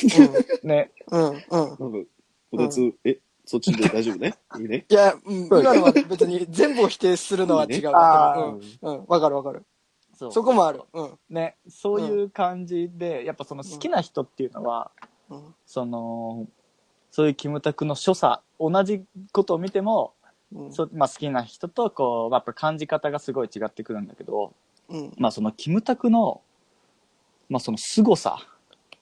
S4: ね。
S2: うん、うん、うん。
S3: なんか、こたつ、え、そっちで大丈夫ね いいね
S2: いや、うん、今のは別に全部を否定するのは違う。
S4: あー
S2: うんうん、わかるわかる。
S4: そ
S2: そこもある。うん、
S4: ね。そういう感じで、やっぱその好きな人っていうのは、
S2: うん、
S4: その、そういうキムタクの所作、同じことを見ても、
S2: うん、
S4: そうまあ、好きな人とこう、まあやっぱ感じ方がすごい違ってくるんだけど、
S2: うん、
S4: まあそのキムタクの、まあその凄さ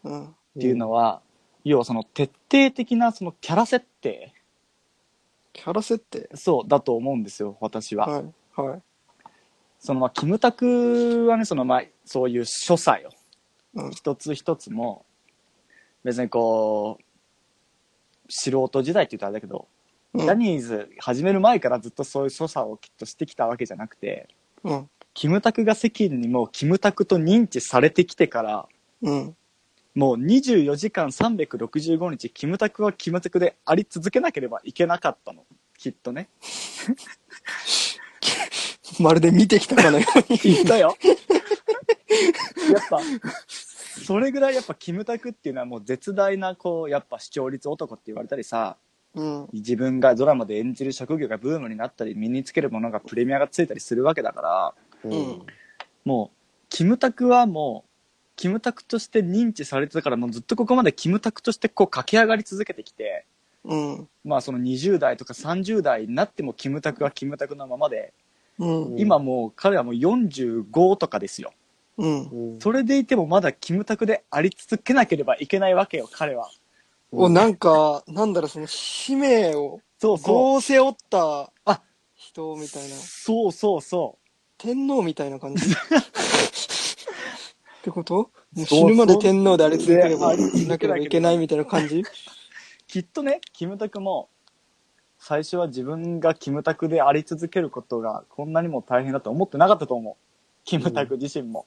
S2: うん、
S4: っていうのは、要はその徹底的なそのキャラ設定、
S2: キャラ設定。
S4: そうだと思うんですよ、私は。
S2: はい、はい。
S4: そのまあキムタクはね、そのまあそういう所作よ。
S2: うん
S4: 一つ一つも、別にこう、素人時代って言ったらあれだけど、ジャ
S2: うん、
S4: ニーズ始める前からずっとそういう所作をきっとしてきたわけじゃなくて、
S2: うん、
S4: キムタクが世間にもうキムタクと認知されてきてから、
S2: うん、
S4: もう24時間365日、キムタクはキムタクであり続けなければいけなかったの。きっとね。
S2: まるで見てきたかのように。
S4: きっとよ。 やっぱ、それぐらいやっぱキムタクっていうのはもう絶大なこう、やっぱ視聴率男って言われたりさ、
S2: うん。
S4: 自分がドラマで演じる職業がブームになったり、身につけるものがプレミアがついたりするわけだから、
S2: うん。
S4: もう、キムタクはもう、キムタクとして認知されてたから、もうずっとここまでキムタクとしてこう駆け上がり続けてきて、
S2: うん。
S4: まあその20代とか30代になってもキムタクはキムタクのままで、
S2: うん。
S4: 今もう彼はもう45とかですよ。
S2: うん。
S3: うん
S4: それでいてもまだキムタクであり続けなければいけないわけよ、彼は。
S2: お、なんか、なんだろう、その、使命を、
S4: そうそう。
S2: こう背負った、
S4: あ
S2: 人みたいな。
S4: そうそうそ
S2: 天皇みたいな 感じ。ってこともう
S4: そう
S2: 死ぬまで天皇であれ続ければ、
S4: そう
S2: なければいけないみたいな感じ
S4: う。きっとね、キムタクも、最初は自分がキムタクであり続けることがこんなにも大変だと思ってなかったと思う。キムタク自身も。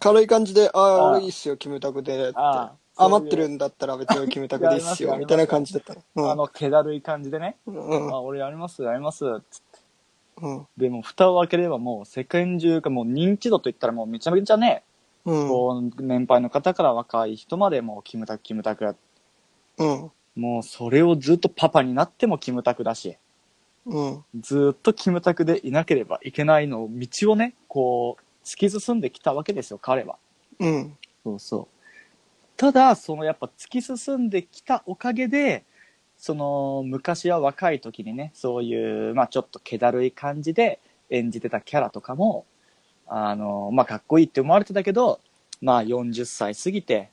S2: 軽い感じで、ああ、
S4: あ
S2: 俺いいっすよ、キムタクでって。
S4: ああ
S2: 余ってる
S4: そ
S2: んだったら別にキムタクでいいっす
S4: いや
S2: よ、
S4: あり
S2: み
S4: ます
S2: た
S4: よ
S2: いな感じだった
S4: ういうあ
S2: の。
S4: の、気だるい感じでね。
S2: うん。
S4: あ、俺やります、やります。つ
S2: うん。
S4: でも、蓋を開ければもう世界中がもう認知度といったらもうめちゃめちゃね、
S2: うん。
S4: こう、年配の方から若い人までもうキムタク、キムタクや
S2: うん。
S4: もうそれをずっとパパになってもキムタクだし、
S2: うん。
S4: ずっとキムタクでいなければいけないのを、道をね、こう、突き進んできたわけですよ、彼は。
S2: うん。
S4: そうそう。ただ、そのやっぱ突き進んできたおかげで、その昔は若い時にね、そういう、まあちょっと気だるい感じで演じてたキャラとかも、あの、まあかっこいいって思われてたけど、まあ40歳過ぎて、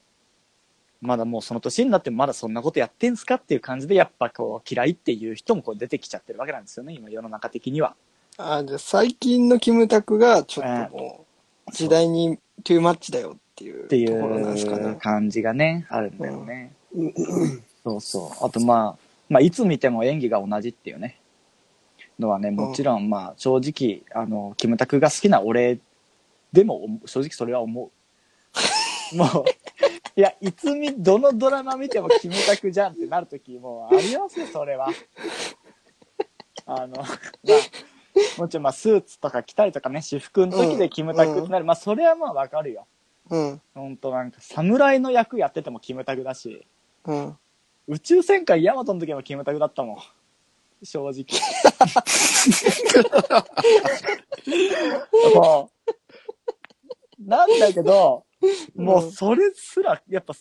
S4: まだもうその年になってまだそんなことやってんすかっていう感じで、やっぱこう嫌いっていう人もこう出てきちゃってるわけなんですよね、今世の中的には。
S2: あじゃあ最近のキムタクがちょっともう時代にトゥーマッチだよっていう
S4: ってい
S2: ところなんですか
S4: う
S2: ね。
S4: 感じがね、あるんだよね。そうそう。あとまあ、まあ、いつ見ても演技が同じっていうね、のはね、もちろんまあ、正直、あの、キムタクが好きな俺でも、お正直それは思う。もう、いや、いつ見、どのドラマ見てもキムタクじゃんってなるとき、もうありますよ、それは。あの、まあ、もちろんまあ、スーツとか着たりとかね、私服の時でキムタクってなる。まあ、それはまあ、わかるよ。
S2: うん。
S4: ほんとなんか、侍の役やっててもキムタクだし、
S2: うん。
S4: 宇宙戦艦ヤマトの時もキムタクだったもん。正直。もう、なんだけど、もうそれすら、やっぱ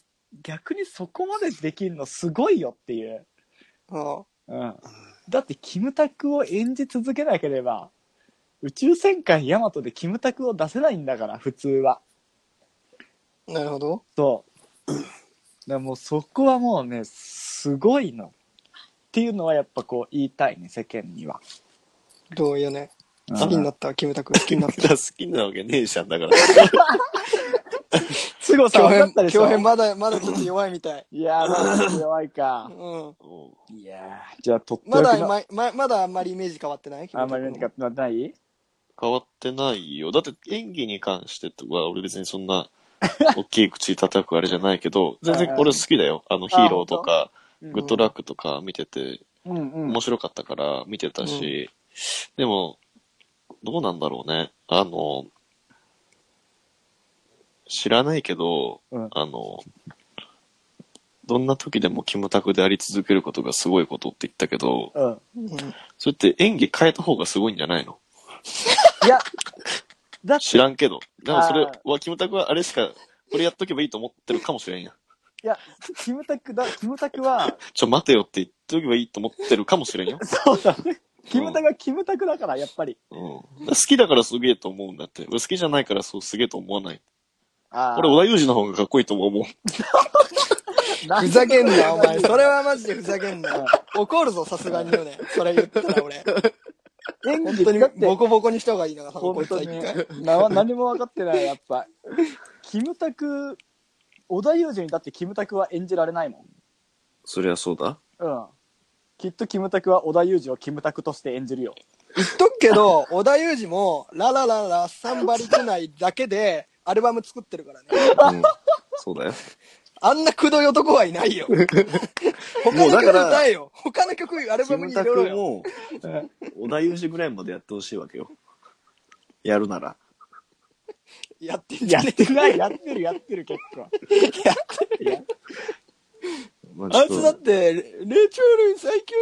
S4: 逆にそこまでできるのすごいよっていう。
S2: あ
S4: うん。だってキムタクを演じ続けなければ、宇宙戦艦ヤマトでキムタクを出せないんだから、普通は。
S2: なるほど。
S4: そう。だからもうそこはもうね、すごいの。っていうのはやっぱこう言いたいね、世間には。
S2: どうよね。好きになった、キムタク。好きになっ
S3: いや
S2: た。
S3: 好きなわけねえじゃん、だから。
S4: すごさ
S2: 強
S4: 分かっ
S2: 変
S4: たで、しょ
S2: 強変まだ、まだちょっと弱いみたい。
S4: いやー、まだ弱いか
S2: う。ん。
S4: いやー、じゃあとってお
S2: ま
S4: き
S2: だ、
S4: の。
S2: ま、ままだあんまりイメージ変わってない
S4: あんまり何か。なない
S3: 変わってないよ。だって演技に関してとか、俺別にそんな、大きい口叩くあれじゃないけど、全然俺好きだよ。あの、ヒーローとか、
S4: うん
S3: グッドラックとか見てて、
S4: うんうん。
S3: 面白かったから見てたし、でも、どうなんだろうね。あの、知らないけど、
S4: うん
S3: あの、どんな時でもキムタクであり続けることがすごいことって言ったけど、
S4: う
S2: う
S4: ん。
S2: ん。
S3: それって演技変えた方がすごいんじゃないの
S4: いや、だって、
S3: 知らんけど。でもそれ
S4: あー
S3: は、キムタクはあれしか、これやっとけばいいと思ってるかもしれんやん。
S4: いや、キムタクだ、キムタクは、
S3: ちょ、待てよって言っとけばいいと思ってるかもしれんよ。
S4: そうだね。 キムタクはキムタクだから、やっぱり。
S3: うん。好きだからすげえと思うんだって。俺好きじゃないからそうすげえと思わない。
S4: あ
S3: 俺、小田裕二の方がかっこいいと思うもん。
S2: ふざけんなよ、お前。それはマジでふざけんなよ。怒るぞ、さすがによね。それ言ったら俺。
S4: 俺、演
S2: 本当
S4: 技使
S2: に
S4: って
S2: ボコボコにした方がいいな、そのこ
S4: 本
S2: いつは
S4: 当
S2: 一
S4: に
S2: 回。
S4: なわ何も分かってないやっぱキムタク織田裕二にだってキムタクは演じられないも
S3: そりゃそう だ。
S4: んうんきっとキムタクは織田裕二をキムタクとして演じるよ
S2: 言っとくけど、織田裕二も、ララララ、サンバリクナイだけで、アルバム作ってるからね。
S3: そうだよ。
S2: あんなくどい男はいないよ。他
S3: も
S2: の
S3: うだか
S2: 曲
S3: ら
S2: 歌えよ。他の曲、アル
S3: キ
S2: バム
S3: ム
S2: に
S3: タ
S2: 入れろ
S3: ク
S2: よ。
S3: も、小田裕二ぐらいまでやってほしいわけよ。やるなら。
S2: やってんじ
S4: や
S2: ゃ
S4: っ
S2: ね
S4: てない、やってる、やってる、結構。やって
S3: まあ、
S2: あい
S3: ち
S2: つ
S3: ょ
S2: だ
S3: っ
S2: っ
S3: と、
S2: て、レイチュール最強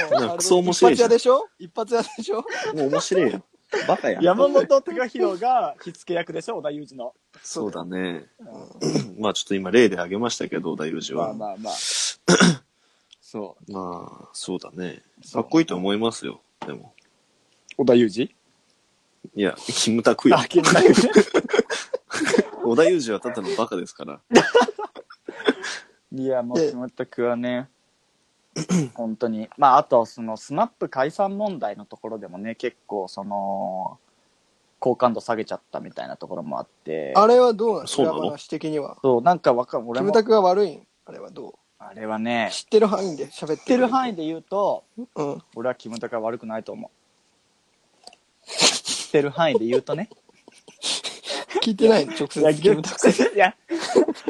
S2: だー
S3: なん
S2: の。
S3: かクソ面白い
S2: 一発
S3: じ
S2: 屋
S3: ゃん
S2: でしょ一発屋でしょ
S3: もう面白いよ。バカやん。
S4: 山本貴弘が火付け役でしょ、小田裕二の。
S3: そうだね。まあちょっと今例で挙げましたけど、小田裕二
S4: まあ
S3: は。
S4: まあまあ。そ
S3: まあ、そうだね。
S4: う。
S3: かっこいいと思いますよ。でも。
S4: 小田裕
S3: いや、キムタク
S4: 二
S3: よ。
S4: あ、キムタク。
S3: 小田裕二はただのバカですから。
S4: いや、もうキムタクはね、本当に。まあ、あと、その、スマップ解散問題のところでもね、結構、その、好感度下げちゃったみたいなところもあって。
S2: あれはどうなの
S3: そうなの
S2: 裏話的には。
S4: そう、なんかわかん、俺
S2: キ
S4: も
S2: ムタ、クが悪いんあれはど
S4: あれは
S2: う
S4: ね、知
S2: 知ってる範囲で喋って。知っ
S4: ってる範
S2: 囲
S4: 囲で言うと、
S2: うん。
S4: 俺はキムタクは悪くないと思う。知ってる範囲で言うとね。
S2: 聞いてないの直接。キムタクさん
S4: いや、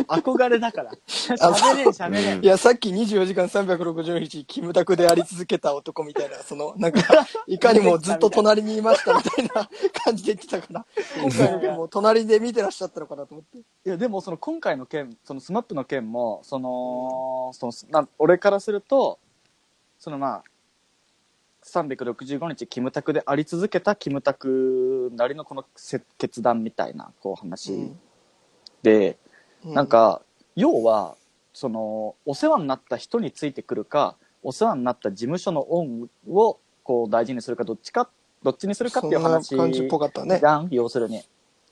S4: 憧れだから。喋れん、喋れん
S2: い。や、さっき24時間360日、キムタクであり続けた男みたいな、その、なんか、いかにもずっと隣にいましたみたいな感じで言ってたから、今回の件も隣で見てらっしゃったのかなと思って。
S4: いやでもその今回の件そのスマップの件もそのそのな俺からするとそのまあ365日キムタクであり続けたキムタクなりのこのせ決断みたいなこう話で、
S2: う
S4: なん、か要はそのお世話になった人についてくるかお世話になった事務所の恩をこう大事にするかどっちかどっちにするかっていう話
S2: そんな感じっぽかったね
S4: じ。ゃん要するに。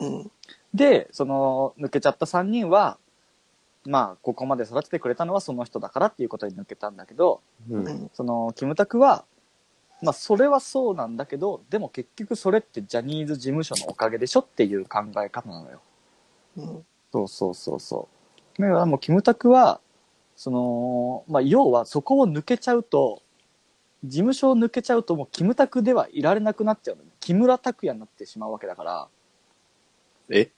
S2: うん。
S4: でその抜けちゃった3人はまあここまで育ててくれたのはその人だからっていうことに抜けたんだけど
S3: うん。
S4: そのキムタクはまあそれはそうなんだけどでも結局それってジャニーズ事務所のおかげでしょっていう考え方なのよ
S2: うん。
S4: そうそうそうそうだからもうキムタクはそのまあ要はそこを抜けちゃうと事務所を抜けちゃうともうキムタクではいられなくなっちゃうのよ木村拓哉になってしまうわけだから
S3: え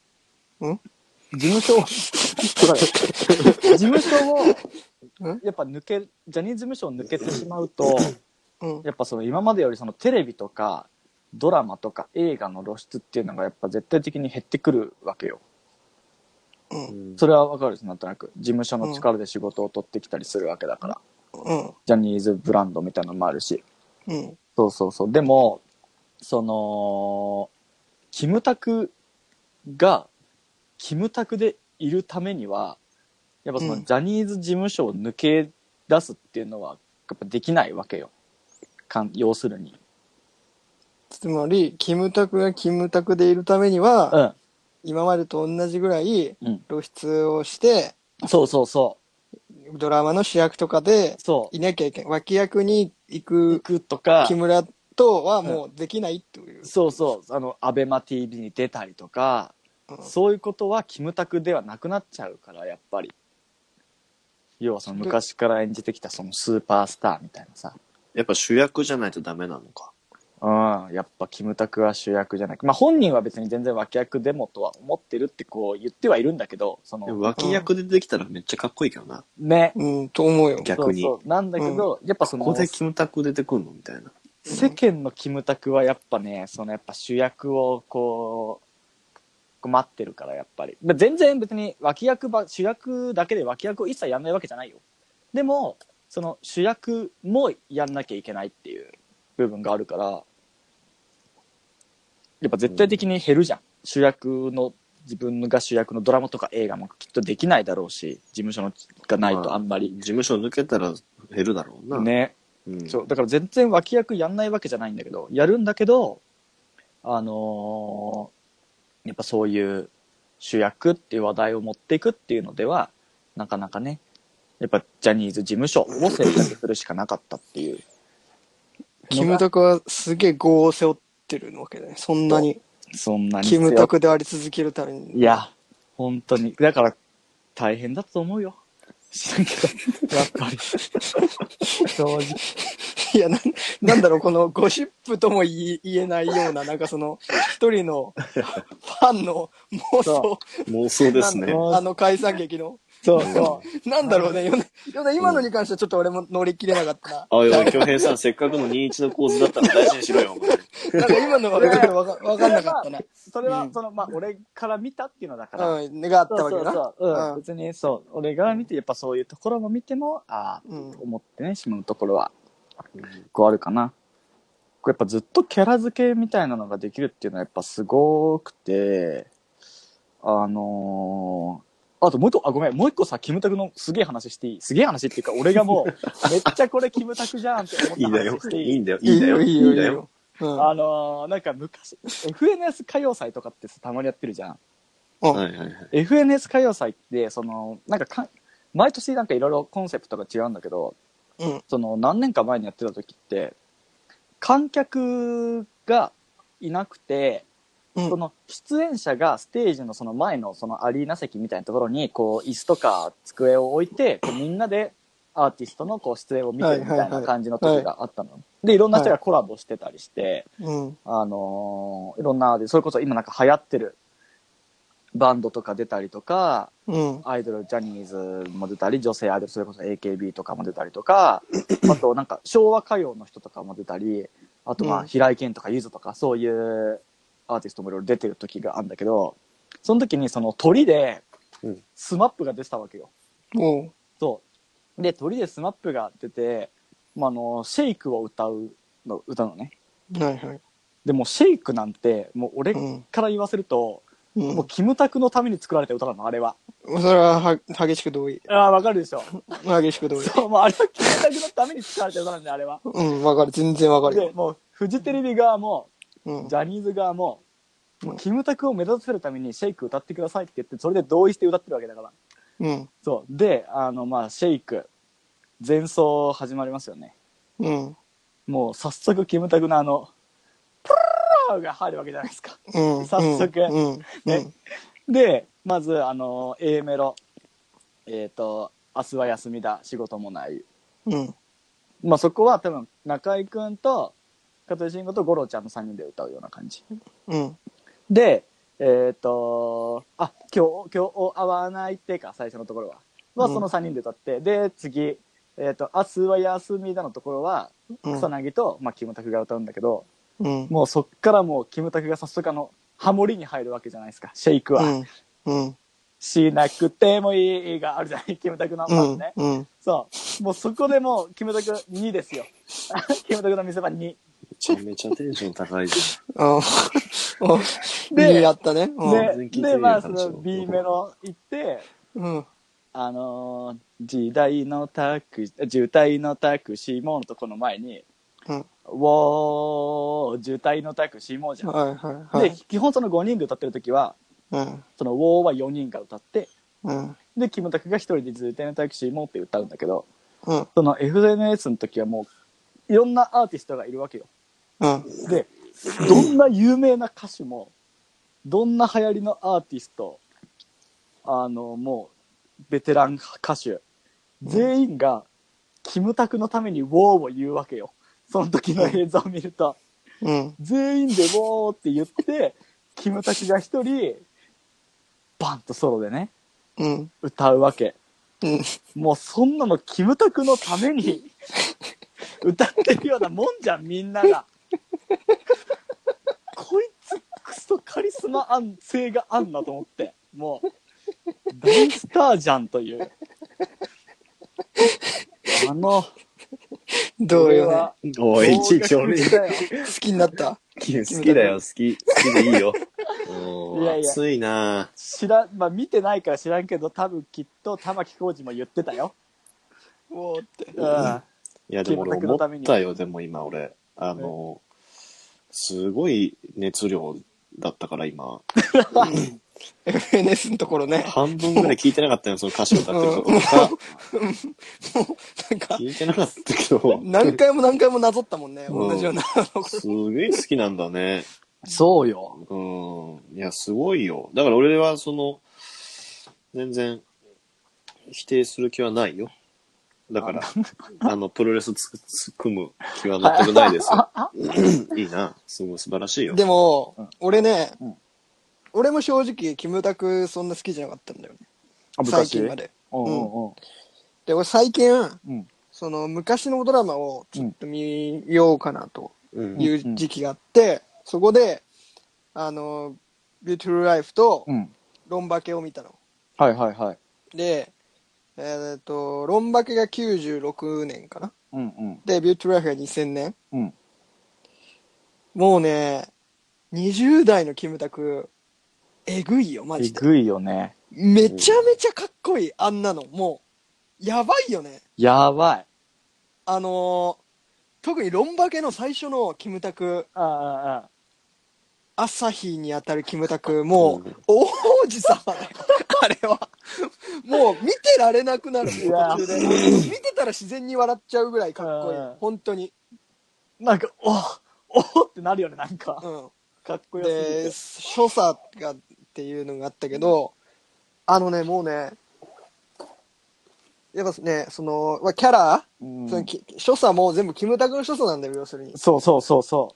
S4: 事務所を事務所 を
S2: ん
S4: やっぱ抜けジャニーズ事務所を抜けてしまうと
S2: うん。
S4: やっぱその今までよりそのテレビとかドラマとか映画の露出っていうのがやっぱ絶対的に減ってくるわけよそれはわかるですなんとなく事務所の力で仕事を取ってきたりするわけだから、
S2: うん。
S4: ジャニーズブランドみたいなのもあるし
S2: うん。
S4: そうそうそうでもそのキムタクがキムタクでいるためにはやっぱその
S2: うん
S4: ジャニーズ事務所を抜け出すっていうのはやっぱできないわけよかん要するに
S2: つまり、キムタクがキムタクでいるために
S4: う
S2: は、
S4: ん
S2: 今までと同じぐらい
S4: うん
S2: 露出をして、
S4: そうそうそ
S2: ドラマの主役とかで
S4: うそう
S2: いなきゃいけない。脇役に行
S4: 行
S2: く
S4: くとか
S2: 木村とはもうできないという。
S4: そうそうあのアベマ t v に出たりとか
S2: うん
S4: そういうことはキムタクではなくなっちゃうからやっぱり要はその昔から演じてきたそのスーパースターみたいなさ
S3: やっぱ主役じゃないとダメなのか。
S4: うん、やっぱキムタクは主役じゃない。まあ本人は別に全然脇役でもとは思ってるってこう言ってはいるんだけど、そ
S3: でも
S4: の、
S3: 脇役でできたらめっちゃかっこいいけどな。
S4: ね。
S2: うん、と思うよ。
S3: 逆に。
S4: そうそうなんだけど、やっぱ
S3: こ
S4: その
S3: こでキムタク出てくるのみたいな。
S4: 世間のキムタクはやっぱね、そのやっぱ主役をこう、こう待ってるからやっぱり。まあ全然別に脇役ば、主役だけで脇役を一切やんないわけじゃないよ。でも、その主役もやんなきゃいけないっていう部分があるから、やっぱ絶対的に減るじゃん。主役の、自分が主役のドラマとか映画もきっとできないだろうし、事務所のがないとあんまり。
S3: 事務所抜けたら減るだろうな。
S4: ね。
S3: うん。
S4: そうだから全然脇役やんないわけじゃないんだけどやるんだけどあのーやっぱそういう主役っていう話題を持っていくっていうのではなかなかねやっぱジャニーズ事務所を選択するしかなかったっていう
S2: キムタクはすげえ業を背負ってるわけだね。そんなに。
S4: そんなに
S2: キ
S4: 強
S2: ムタクであり続けるため
S4: い
S2: に。
S4: や本当にだから大変だと思うよ 知らんけどやっ ぱり正直
S2: いや、なんなんだろう、このゴシップとも言い言えないような、なんかその、一人のファンの妄想
S4: そ
S3: 妄想です
S2: なんだ
S3: ね。
S2: ろうあの解散劇の。
S4: そうそう。
S2: なんだろうね、ヨネ、ヨネ今のに関してはちょっと俺も乗り切れなかったな。
S3: あ、いや、京平さん、せっかくの21の構図だったら大事にしろよ、お前
S2: なんか今のはちょっとわかわかんなかったな。
S4: それは、
S2: うん
S4: その、まあ、俺から見たっていうのだから。
S2: うん、願った
S4: そ
S2: わ
S4: う
S2: け
S4: そう
S2: だな。
S4: そう。うん
S2: うん
S4: 別に、そう。俺が見て、やっぱそういうところも見ても、ああ、
S2: うん
S4: 思ってね、しまうところは、こうあるかな。これやっぱずっとキャラ付けみたいなのができるっていうのはやっぱすごくて、あのーあともう一個、あ、ごめん、もう一個さ、キムタクのすげえ話していいすげえ話っていうか、俺がもう、めっちゃこれキムタクじゃんって思
S3: いいん
S4: った
S3: だよ
S4: 話し、ていい
S3: いいんだよ、いいんだよ、いいんだよ。。
S2: うん。
S4: あのーなんか昔、FNS 歌謡祭とかってさ、たまにやってるじゃん。
S3: はいはいはい。
S4: FNS 歌謡祭ってそのなんかかん毎年なんかいろいろコンセプトが違うんだけど
S2: うん。
S4: その何年か前にやってた時って観客がいなくて
S2: うん
S4: その出演者がステージのその前のそのアリーナ席みたいなところにこう椅子とか机を置いてこうみんなでアーティストのこう出演を見てるみたいな感じの時があったの。でいろんな人がコラボしてたりして。
S2: うん。
S4: あのーいろんなでそれこそ今なんか流行ってるバンドとか出たりとか
S2: うん。
S4: アイドルジャニーズも出たり女性アイドルそれこそ AKB とかも出たりと かあとなんか昭和歌謡の人とかも出たりあとま
S2: う
S4: あ
S2: ん
S4: 平井堅とかゆずとかそういうアーティストもいろいろ出てる時があるんだけどその時にその鳥で
S3: うん
S4: スマップが出てたわけよ。
S2: もう。
S4: そうで鳥でスマップが出て、まあ、あのシェイクを歌うの歌うのね。
S2: はいはい。
S4: でもうシェイクなんてもう俺
S2: うん
S4: から言わせると、
S2: うん
S4: もうキムタクのために作られた歌なのあれは
S2: それはは激しく同意。
S4: ああわかるでしょ
S2: 激しく同意。
S4: そうもうあれはキムタクのために作られた歌なんであれは
S2: うん、わかる。全然わかる
S4: で
S2: よ。
S4: もうフジテレビ側も
S2: うん
S4: ジ。ャニーズ側ももう
S2: うん
S4: キムタクを目指せるためにシェイク歌ってくださいって言ってそれで同意して歌ってるわけだから
S2: うん。
S4: そうであのまあシェイク前奏始まりますよね
S2: うん。
S4: もう早速キムタクのあのプルルルが入るわけじゃないですか
S2: うん。
S4: 早速
S2: うん。うん
S4: ね。で、まず、あの、A メロ、えっ、と、明日は休みだ、仕事もない。
S2: うん。
S4: まあ、そこは多分、中居くんと、加藤慎吾と五郎ちゃんの3人で歌うような感じ。
S2: うん。
S4: で、えっ、と、あ、今日、今日会わないってか、最初のところは。は、
S2: うん
S4: その3人で歌って、で、次、えっ、と、明日は休みだのところは、
S2: うん
S4: 草薙と、まあ、キムタクが歌うんだけど、
S2: うん。
S4: もうそっからもう、キムタクが早速あの、ハモリに入るわけじゃないですか、シェイクは。
S2: うん。うん。
S4: しなくてもいいがあるじゃない、 キムタクの、まずね。
S2: うん。
S4: そう。もうそこでもう、キムタク2ですよ。 キムタクの見せ場2。
S3: めちゃめちゃテンション高いじ
S2: ああ。
S4: で
S2: で、やったね。
S3: 全然聞
S4: で、
S3: いてねえ
S4: で、まあ、そ
S3: 話を
S4: の B メロ行って、
S2: うん。うん。
S4: あのー時代のタクシー、渋滞のタクシーものとこの前に、
S2: うん。
S4: ウォー、渋滞のタクシーもじゃん。
S2: はいはいは
S4: で
S2: い、。
S4: 基本その5人で歌ってる時は、
S2: うん。
S4: そのウォーは4人が歌って、
S2: うん。
S4: で、キムタクが1人で渋滞のタクシーもって歌うんだけど、
S2: うん。
S4: その FNS の時はもう、いろんなアーティストがいるわけよ。
S2: うん。
S4: で、どんな有名な歌手も、どんな流行りのアーティスト、あの、もう、ベテラン歌手、全員が、キムタクのためにウォーを言うわけよ。その時の映像を見ると、
S2: うん。
S4: 全員でウォーって言って、キムタクが一人、バンとソロでね、
S2: うん。
S4: 歌うわけ。
S2: うん。
S4: もうそんなのキムタクのために 歌ってるようなもんじゃんみんなが。こいつクソカリスマ安性があんなと思ってもう大スターじゃんという。あの、
S2: どう
S4: 俺
S2: よね
S4: は。
S3: ゃん。 おい、いちいち俺に。
S4: 驚愕し
S2: 好きになった。
S3: 好きだよ、好き。好きでいいよ。 お
S4: いや
S3: ー
S4: いや
S3: 熱いな
S4: 知らん、まあ見てないから知らんけど多分きっと玉置浩二も言ってたよ。
S2: おーって。
S4: うん。
S3: いや、でも俺
S4: キムタクの
S3: 思
S4: ために
S3: ったよ、でも今俺。あの、すごい熱量だったから今。
S2: FNS のところね。
S3: 半分ぐらい聞いてなかったよ、その歌詞を歌ってるところが。
S2: なんか、
S3: 聞いてなかったけど、
S2: 何回も何回もなぞったもんね。
S3: うん
S2: 同じような。
S3: すげえ好きなんだね。
S4: そうよ。
S3: うん。いや、すごいよ。だから俺は、その、全然、否定する気はないよ。だから、あの、プロレスつつ組む気は全くないですよ。いいな。すごい素晴らしいよ。
S2: でも
S4: うん、
S2: 俺ね
S4: うん、
S2: 俺も正直、キムタクそんな好きじゃなかったんだよね。
S4: あ
S2: 最近まで。
S4: おうおう
S2: で、俺最近、
S4: おううん。
S2: その昔のドラマをちょっと見ようかなと
S3: うん
S2: い。う時期があって、そこで、あの、ビューティフルライフと
S4: うん。
S2: ロンバケを見たの。
S4: はいはいはい。
S2: で、えーっと、ロンバケが96年かな。
S4: うんうん。
S2: で、ビューティフルライフが2000年。
S4: うん。
S2: もうね、20代のキムタク、えぐいよ、マ
S4: え
S2: ジで。
S4: ぐいよね。
S2: めちゃめちゃかっこいい、あんなの。もう、やばいよね。
S4: やばい。
S2: あのー特にロンバケの最初のキムタク、
S4: ああ、あ
S2: 朝日に当たるキムタク、も
S3: うん
S2: う、王子様だよ。あれは。もう、見てられなくなる。
S4: いや
S2: 途中で。見てたら自然に笑っちゃうぐらいかっこいい
S4: うん。
S2: 本当に。
S4: なんか、おおってなるよね、なんか。
S2: う
S4: かっこ
S2: ん。
S4: よ
S2: で、
S4: す
S2: 所作がっていうのがあったけど、あのね、もうね、やっぱね、その、まあキャラ
S4: ぎ
S2: その
S4: て。
S2: き所作も全部キムタクの所作なんだよ要するに
S4: そうそうそうそ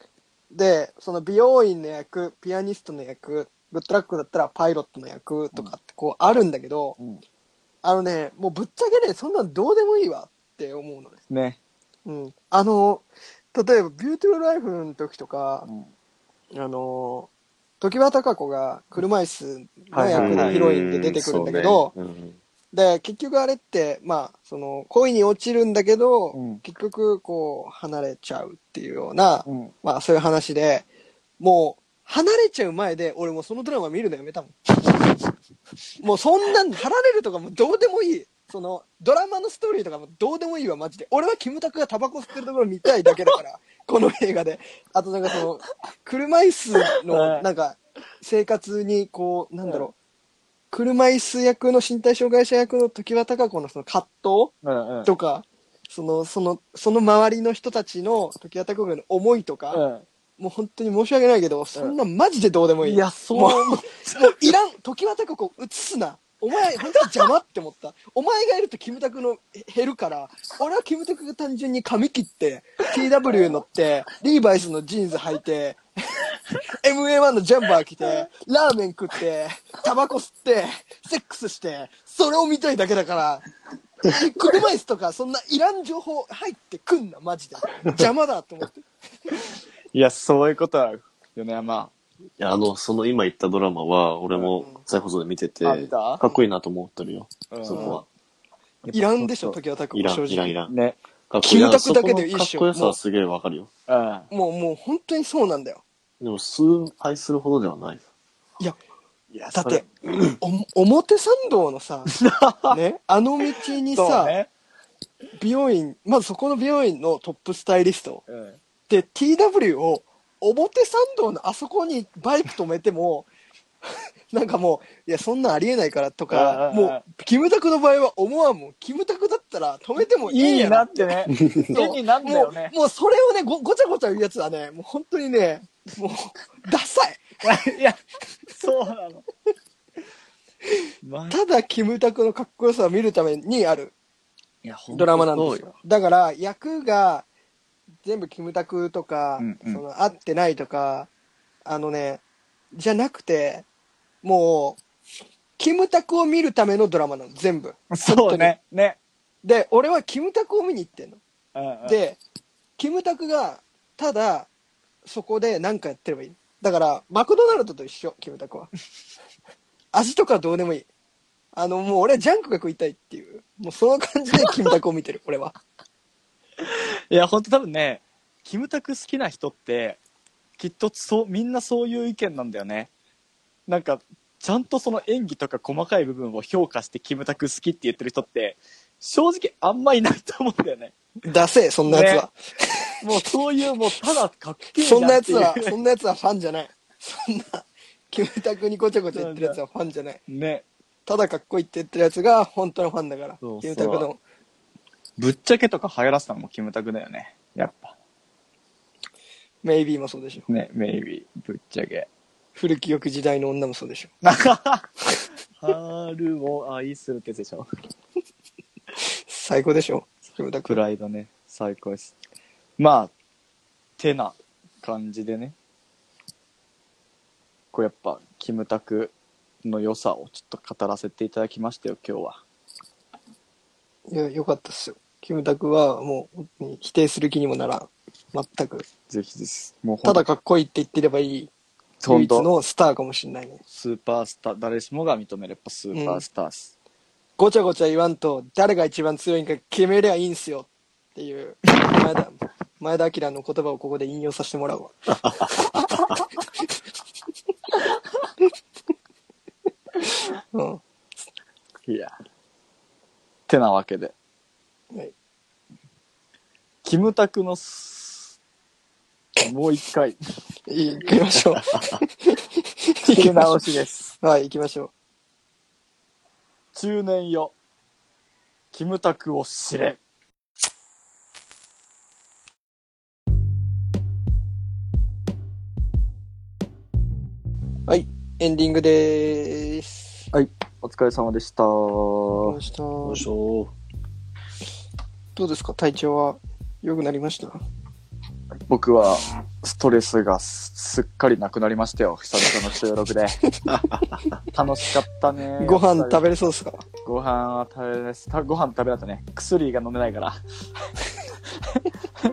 S2: でその美容院の役ピアニストの役グッドラックだったらパイロットの役とかってこうあるんだけど、
S4: う。うん、
S2: あのねもうぶっちゃけねそんなのどうでもいいわって思うのね、
S4: ね。
S2: うん、あの例えば「ビューティフルライフ」の時とか
S4: う、ん
S2: あの時盤貴子が車椅子の
S4: はい
S2: 役
S4: はいは
S2: の
S4: い
S2: ヒロインで出てくるんだけど、
S3: うんそうねうん
S2: で結局あれってまあその恋に落ちるんだけど、
S4: うん
S2: 結局こう離れちゃうっていうような、
S4: うん。
S2: まあそういう話で、もう離れちゃう前で俺もうそのドラマ見るのやめたもん。 もうそんなん離れるとかもうどうでもいい。そのドラマのストーリーとかもどうでもいいわマジで。俺はキムタクがタバコ吸ってるところ見たいだけだ から、この映画で。あとなんかその、車椅子
S4: は
S2: の
S4: い
S2: なんか生活にこう、なんだろう。車椅子役の身体障害者役の常盤貴子のその葛藤
S4: うんうん。
S2: とか、その、その、その周りの人たちの時矢拓の思いとか、もう本当に申し訳ないけど、そんなマジでどうでも
S4: うん、
S2: いい。
S4: いや、そう。
S2: もう、もういらん、時矢拓子映すな。お前、本当に邪魔って思った。お前がいるとキムタクのへ減るから、俺はキムタクが単純に髪切って、TW 乗って、リーバイスのジーンズ履いて、MA1 のジャンバー着て、ラーメン食って、タバコ吸って、セックスして、それを見たいだけだから、車椅子とかそんないらん情報入ってくんな、マジで。邪魔だと思って。
S4: いや、そういうことある。よね、ま
S3: いやあの、その今言ったドラマは、俺も再放送で見てて、
S4: あ見た
S3: かっこいいなと思ってるよ、
S4: あ。うん
S3: そこは。
S2: いらんでしょ、時矢拓
S3: い
S2: 子、
S3: ら
S2: 正
S3: ん、
S2: 直。
S3: いらん、いらん。
S4: ね。
S3: かっこいいな
S2: キムタクだけでいいっしょ
S3: そこのかっこよさはすげえわかるよ。
S4: うん。
S2: もう、もう本当にそうなんだよ。
S3: でも、崇拝するほどではない。
S2: いや、
S4: いや
S2: だって、お表参道の さ、ね、あの道に
S4: そ
S2: さ、
S4: うね。
S2: 美容院、まずそこの美容院のトップスタイリスト。
S4: うん。
S2: で、TW を表参道のあそこにバイク止めても、 なんかもう、いや、そんなんありえないからとか、
S4: うんうんうん
S2: もう、キムタクの場合は思わんもん。キムタクだったら止めてもいい
S4: い
S2: や
S4: い
S2: ろ
S4: なってね。絵になんだよね。
S2: もう、もうそれをね、ごごちゃごちゃ言うやつはね、もう本当にね、もう、ダサい。
S4: いや、そうなの。 ま
S2: ただ、キムタクのかっこよさを見るためにある
S4: いや、ほ
S2: ドラマなんです
S4: そう
S2: よ。。だから、役が全部キムタクとか、
S4: うんうん
S2: その合ってないとか、あのね、じゃなくて、もう、キムタクを見るためのドラマなの、全部。
S4: そうね。ね。
S2: で、俺はキムタクを見に行ってんの。
S4: うんうん、
S2: で、キムタクが、ただ、そこで何かやってればいい。だから、マクドナルドと一緒、キムタク は。味とかどうでもいい。あの、もう俺はジャンクが食いたいっていう、もうその感じでキムタクを見てる、俺は。
S4: いや、本当多分ね、キムタク好きな人って、きっとそう、みんなそういう意見なんだよね。なんか、ちゃんとその演技とか細かい部分を評価してキムタク好きって言ってる人って、正直あんまいないと思うんだよね。
S2: ダセえ、そんなや
S4: もうそういう、もうただかっ
S2: つ
S4: け
S2: は。
S4: え
S2: そんなやつ
S4: っ
S2: は
S4: てい、う
S2: そんなやつはファンじゃない。そんな、キムタクにごちゃごちゃ言ってるやつはファンじゃない。
S4: ね。
S2: ただかっこいいって言ってるやつが、本当のファンだから。
S4: そう
S2: キムタクの。
S4: ぶっちゃけとか流行らせたのもキムタクだよね。やっぱ。
S2: メイビーもそうでしょ。
S4: ね、メイビー、ぶっちゃ け。
S2: 古き良き時代の女もそうでしょ。
S4: 春を愛するってやつでしょ。
S2: 最高でしょ。キムタク
S4: プ。ライドね、最高です。まあ、てな感じでね、こうやっぱ、キムタクの良さをちょっと語らせていただきましたよ、今日は。
S2: いや、よかったっすよ。キムタクはもう否定する気にもならん。全く。
S4: ぜひです。もう
S2: た
S4: ほん
S2: だかっこいいって言ってればいい。
S4: ほ
S2: 唯
S4: ん
S2: 一
S4: と、
S2: のスターかもしれないね。
S4: スーパースター、誰しもが認めればスーパースターっす。
S2: ごちゃごちゃ言わんと、誰が一番強いんか決めりゃいいんすよっていう、前田、 前田明の言葉をここで引用させても らうわ。うん。
S4: いや。てなわけで。
S2: はい
S4: キムタクのす、もう一回、
S2: いい行きましょ う。
S4: 聞き直しです。
S2: はい、行きましょ
S4: 中年よ。キムタクを知れ。
S2: う。はい、エンディングでーす。
S4: お疲れ様でした。
S2: どうした
S3: どうしよ
S2: どうですか体調は良くなりました
S4: 僕は、ストレスがすすっかりなくなりましたよ。久々の収 録で。楽しかったね。
S2: ご飯食
S4: べ、
S2: べれそうですか
S4: ご飯は食べれす、たご飯食べなかったね。薬が飲めないから。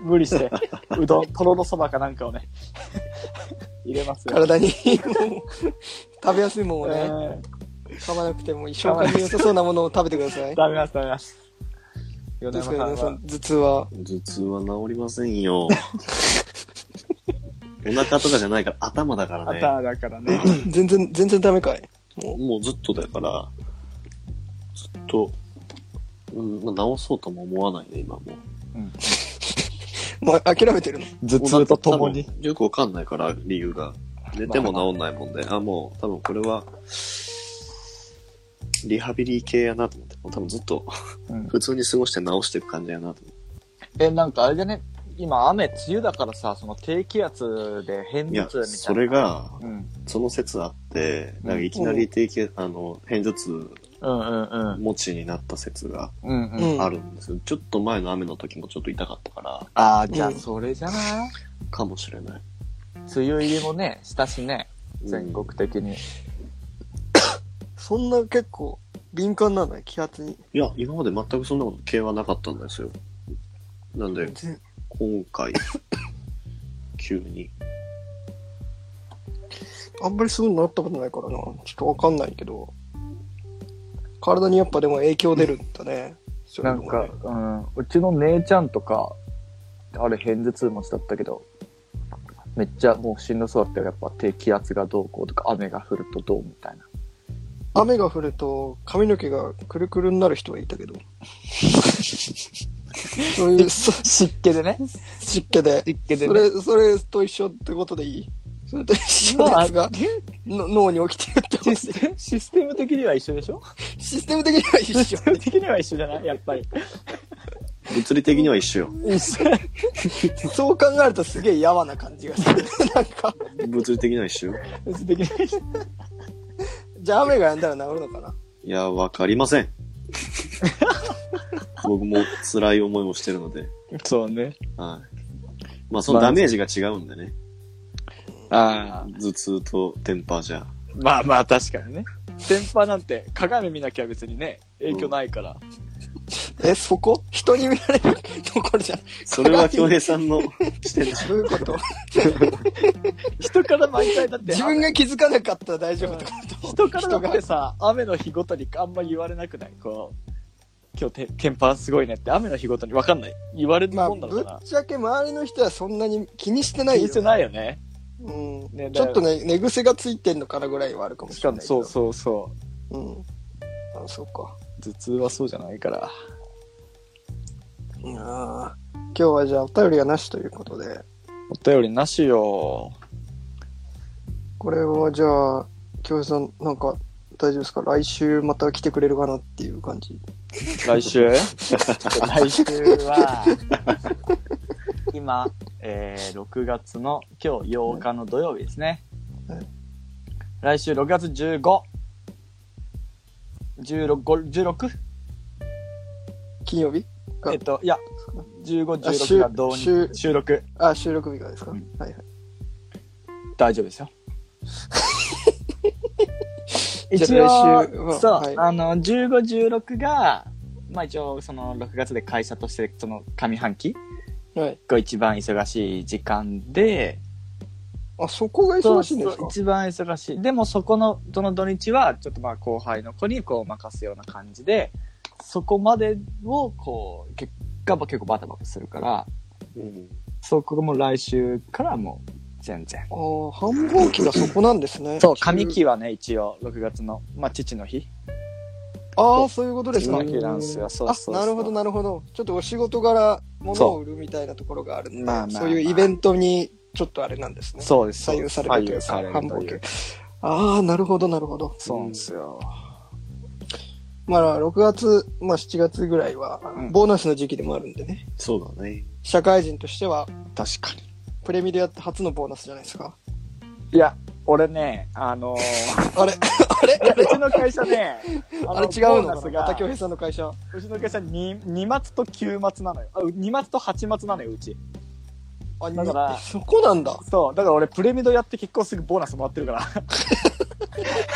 S4: 無理して、うどん、とろろそばかなんかをね、入れますよ。
S2: 体に もう食べやすいもんを
S4: え
S2: ね、
S4: ー
S2: 噛まなくても消化に良さそうなものを食べてください。
S4: ダメます、ダメます。
S2: どう
S4: 米
S2: で
S4: 山
S2: すか
S4: さ
S2: 皆さ
S4: んは
S2: ん、頭痛は。
S3: う。頭痛は治りません よ。お腹とかじゃないから頭だからね。
S4: 頭だからね。
S2: 全然、全然ダメかい。
S3: もうずっとだから、ずっと、うん、まあ、治そうとも思わないね、今もう。
S2: もう諦めてるの。
S4: 頭痛とともに。
S3: 多分よくわかんないから、理由が。寝ても治んないもんで、あ、もう、多分これは、リハビリ系やなと思って、もう多分ずっと、
S4: うん
S3: 普通に過ごして治していく感じやなと思って。
S4: え、なんかあれだね、今雨、梅雨だからさ、その低気圧で変
S3: い
S4: 頭
S3: や
S4: 痛みたいな。、
S3: それが、
S4: うん。
S3: その説あって、なんかいきなり定期、あの、偏頭痛
S4: うんうんうん。
S3: 持ちになった説が
S4: うん
S2: う
S4: うん。
S2: ん。
S3: あるんですよ。ちょっと前の雨の時もちょっと痛かったから、
S4: ああ、じゃ
S2: う
S4: あ
S2: ん
S4: それじゃない、
S3: かもしれない。
S4: 梅雨入りもね、したしね、全国的に。
S2: そんな結構、敏感なんだね、気圧に。
S3: いや、今まで全くそんなこと系はなかったんですよ。なんで、
S2: 全
S3: 今回、急に。
S2: あんまりそういうのなったことないからな。ちょっとわかんないけど。体にやっぱでも影響出るんだね。そうい
S4: な
S2: うの
S4: ん
S2: が
S4: か、
S2: ね
S4: うん、うちの姉ちゃんとか、あれ偏頭痛持ちだったけど、めっちゃもうしんどそうだったよ。やっぱ低気圧がどうこうとか、雨が降るとどうみたいな。
S2: 雨が降ると髪の毛がくるくるになる人はいた けど。そういうそ
S4: 湿気でね。
S2: 湿気で。
S4: 湿気で
S2: そ
S4: ね。
S2: れ、それと一緒ってことでいいそれと一緒のやつ がの脳に起きてるってことで
S4: シ ステムシステム的には一緒でしょ
S2: システム的には
S4: シ
S2: 一緒
S4: ス。テム的には一緒じゃないやっぱり。
S3: 物理的には一緒よ。
S4: 一緒。
S2: そう考えるとすげえやわな感じがする。なんか、
S3: 物理的には一緒よ。
S4: 的には一緒。
S2: じゃあ雨が止んだら治るのかない
S3: や、わかりません。僕も辛い思いもしてるので。
S4: そうね。
S3: はい。まあ、そのダメージが違うんでね。
S4: ああ。
S3: 頭痛とテンパーじ ゃ。
S4: まあまあ確かにね。電波なんて鏡見なきゃ別にね、影響ないから。
S2: え、そこ人に見られるところじゃん。
S3: それは京平さん の視点でしょ
S2: どういうこと
S4: 人から毎回だって、
S2: 自分が気づかなかったら大丈夫ってこ
S4: あ
S2: と
S4: 人からだって
S2: 人
S4: さ、雨の日ごとにあんまり言われなくないこう、今日テテンパすごいねって、雨の日ごとにわかんない。言われる
S2: がま
S4: も
S2: あ、
S4: んな
S2: ぶ
S4: の
S2: っ
S4: か
S2: ちゃけ周りの人はそんなに気にしてな
S4: な。気
S2: い
S4: に
S2: よ。
S4: してないよね。
S2: うん
S4: ね
S2: ちょっとね、寝癖がついてんのかなぐらいはあるかも
S4: し
S2: し
S4: か
S2: れ
S4: も
S2: ないけ
S4: そ
S2: ど。
S4: うそうそう。
S2: う。うん。あ、そうか。
S4: 頭痛はそうじゃないから。
S2: いやー今日はじゃあお便りがなしということで。
S4: お便りなしよ。
S2: これはじゃあ、京平さん、なんか大丈夫ですか来週また来てくれるかなっていう感じ。
S4: 来週 来週は、 今、えー、6月の今日8日の土曜日ですね
S2: はい。
S4: 来週6月15、16、16?
S2: 金曜日が
S4: えっと、いや、15、
S2: あ
S4: 16が
S2: 週
S4: 同日
S2: 週
S4: 収録。
S2: あ、収録日がですか、
S4: うん
S2: はいはい。
S4: 大丈夫で すよ。
S2: じゃあ
S4: 一応
S2: 来週は
S4: そう、
S2: はい
S4: あの、15、16が、まあ一応その6月で会社としてその上半期
S2: はい。
S4: が一番忙しい時間で、
S2: あ、そこが忙しいんです
S4: そうそ
S2: か
S4: う一番忙しい。でもそこの、その土日はちょっとまあ後輩の子にこう任すような感じで、そこまでをこう、結果は結構バタバタするから、
S3: うん
S4: そこも来週からもう全然。
S2: ああ、繁忙期がそこなんですね。
S4: そう、上期はね、一応6月の、まあ父の日。
S2: ああ、そういうことです
S4: 父
S2: か
S4: の。日なんですよ。そうそう
S2: あ
S4: そう
S2: なるほどなるほどちょっとお仕事柄物を売るみたいなところがあるんで
S4: まあまあまあ
S2: そういうイベントにちょっとあれなんですね
S4: そうです。
S2: 左右されるというか
S4: 左右されるという
S2: 繁忙ああなるほどなるほど
S4: そうなんですよ。
S2: まあ6月、まあ、7月ぐらいは
S4: うん
S2: ボーナスの時期でもあるんでね、
S3: そうだね。
S2: 社会人としては
S4: 確かに。
S2: プレミでやって初のボーナスじゃないですか
S4: いや、俺ね、あの ー
S2: あれ あれ
S4: うちの会社 ね、の
S2: あれ違うの
S4: ボーナ
S2: か
S4: ス
S2: なま
S4: が
S2: た京平さんの会社
S4: うちの会社 2, 2末と9末なのよ。あ2末と8末なのよ、うち。
S2: あ
S4: だから
S2: にそこなんだ
S4: そう、だから俺プレミドやって結構すぐボーナスもらってるから。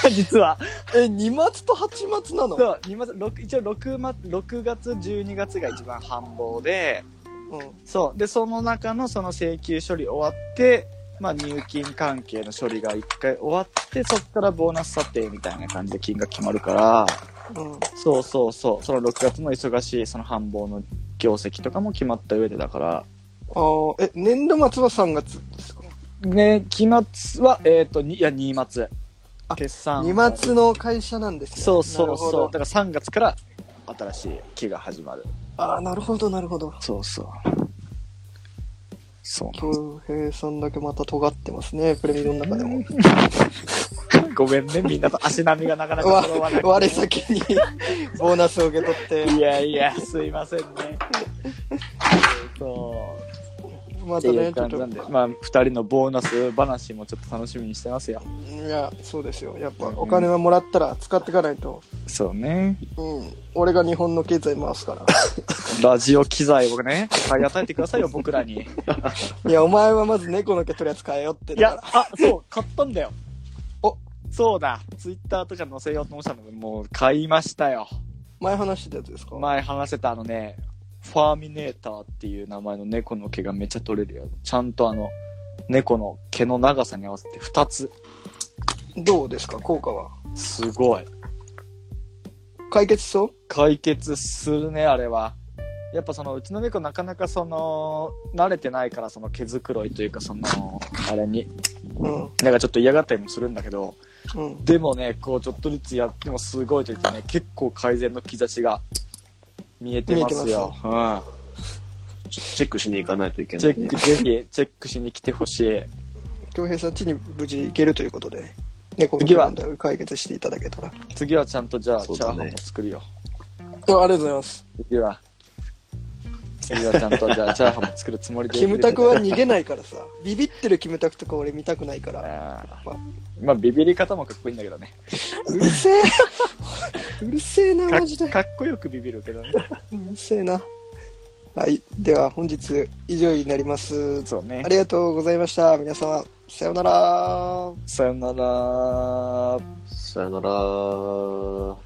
S4: 実は。
S2: え2月と8月なの
S4: そう、2末、六一応 6, 6月、12月が一番繁忙で、
S2: うん
S4: そう。で、その中のその請求処理終わって、まあ入金関係の処理が一回終わって、そっからボーナス査定みたいな感じで金が決まるから、
S2: うん
S4: そうそうそう、その6月の忙しいその繁忙の業績とかも決まった上でだから、
S2: あーえ年度末は3月ですか
S4: ね、期末は、えっ、と、にいや、二末。
S2: あ
S4: 決算。
S2: 二松の会社なんですね。
S4: そうそう
S2: なる
S4: そう。
S2: ほど
S4: だから3月から新しい期が始まる。
S2: ああ、なるほど、なるほど。
S4: そうそう。そう
S2: 京平さんだけまた尖ってますね、プレミドの中でも。
S4: なんごめんね、みんなと足並みがなかなか
S2: わ
S4: 揃わな、
S2: 我
S4: い。
S2: 先に ボーナスを受け取って、
S4: いやいや、すいませんね。そ
S2: ま
S4: う。って
S2: た
S4: い
S2: ね、
S4: う
S2: ちょっ
S4: 感じな
S2: と
S4: んで、。まあ、2人のボーナス話もちょっと楽しみにしてますよ。
S2: いや、そうですよ。やっぱ、お金はもらったら使っていかないと。
S4: そうね。
S2: うん。俺が日本の経済回す から。
S4: ラジオ機材をね、買い与えてくださいよ、僕らに。
S2: いや、お前はまず猫の毛取り扱えよって。
S4: いや、あ、そう、買ったんだよ。
S2: お
S4: そうだ、ツイッターとか載せようと思ってたのに、もう買いましたよ。
S2: 前話してたやつですか
S4: 前話せたあのね、ファーミネーターっていう名前の猫の毛がめっちゃ取れるよ。ちゃんとあの、猫の毛の長さに合わせて2つ。
S2: どうですか、効果は。
S4: すごい。
S2: 解決しそう
S4: 解決するね、あれは。やっぱその、うちの猫なかなかその、慣れてないからその毛づくろいというかその、あれに、
S2: うん。
S4: なんかちょっと嫌がったりもするんだけど、
S2: うん。
S4: でもね、こうちょっとずつやってもすごいというかね、結構改善の兆しが見えてますよ。
S3: チェチェックしに行かないといけ
S4: うん、
S3: な
S4: チ
S3: い
S4: ェッ
S3: ね。
S4: ク、ぜひチェックしに来てほしい。
S2: 京平さん家に無事行けるということで、猫の
S4: 次
S2: 毛
S4: は
S2: 問題を解決していただけたら。
S4: 次はちゃんとじゃあ、チ
S3: そ
S4: ャ
S3: う
S4: ーハ
S3: だ
S4: ン
S3: ね
S4: も作るよ。
S2: あありがとうございます。
S4: 次は。次はちゃんとじゃあ、チャーハンも作るつもりで。
S2: キムタクは逃げないからさ、ビビってるキムタクとか俺見たくない から。
S4: あーまあ、ビビり方もかっこいいんだけどね。
S2: うるせえ。 うるせえな、
S4: か
S2: マジで。
S4: かっこよくビビるけどね。
S2: うるせえな。はい。では本日以上になります。
S4: そうね
S2: あ。りがとうございました。皆様、さようなら。
S4: さよなら。
S3: さよなら。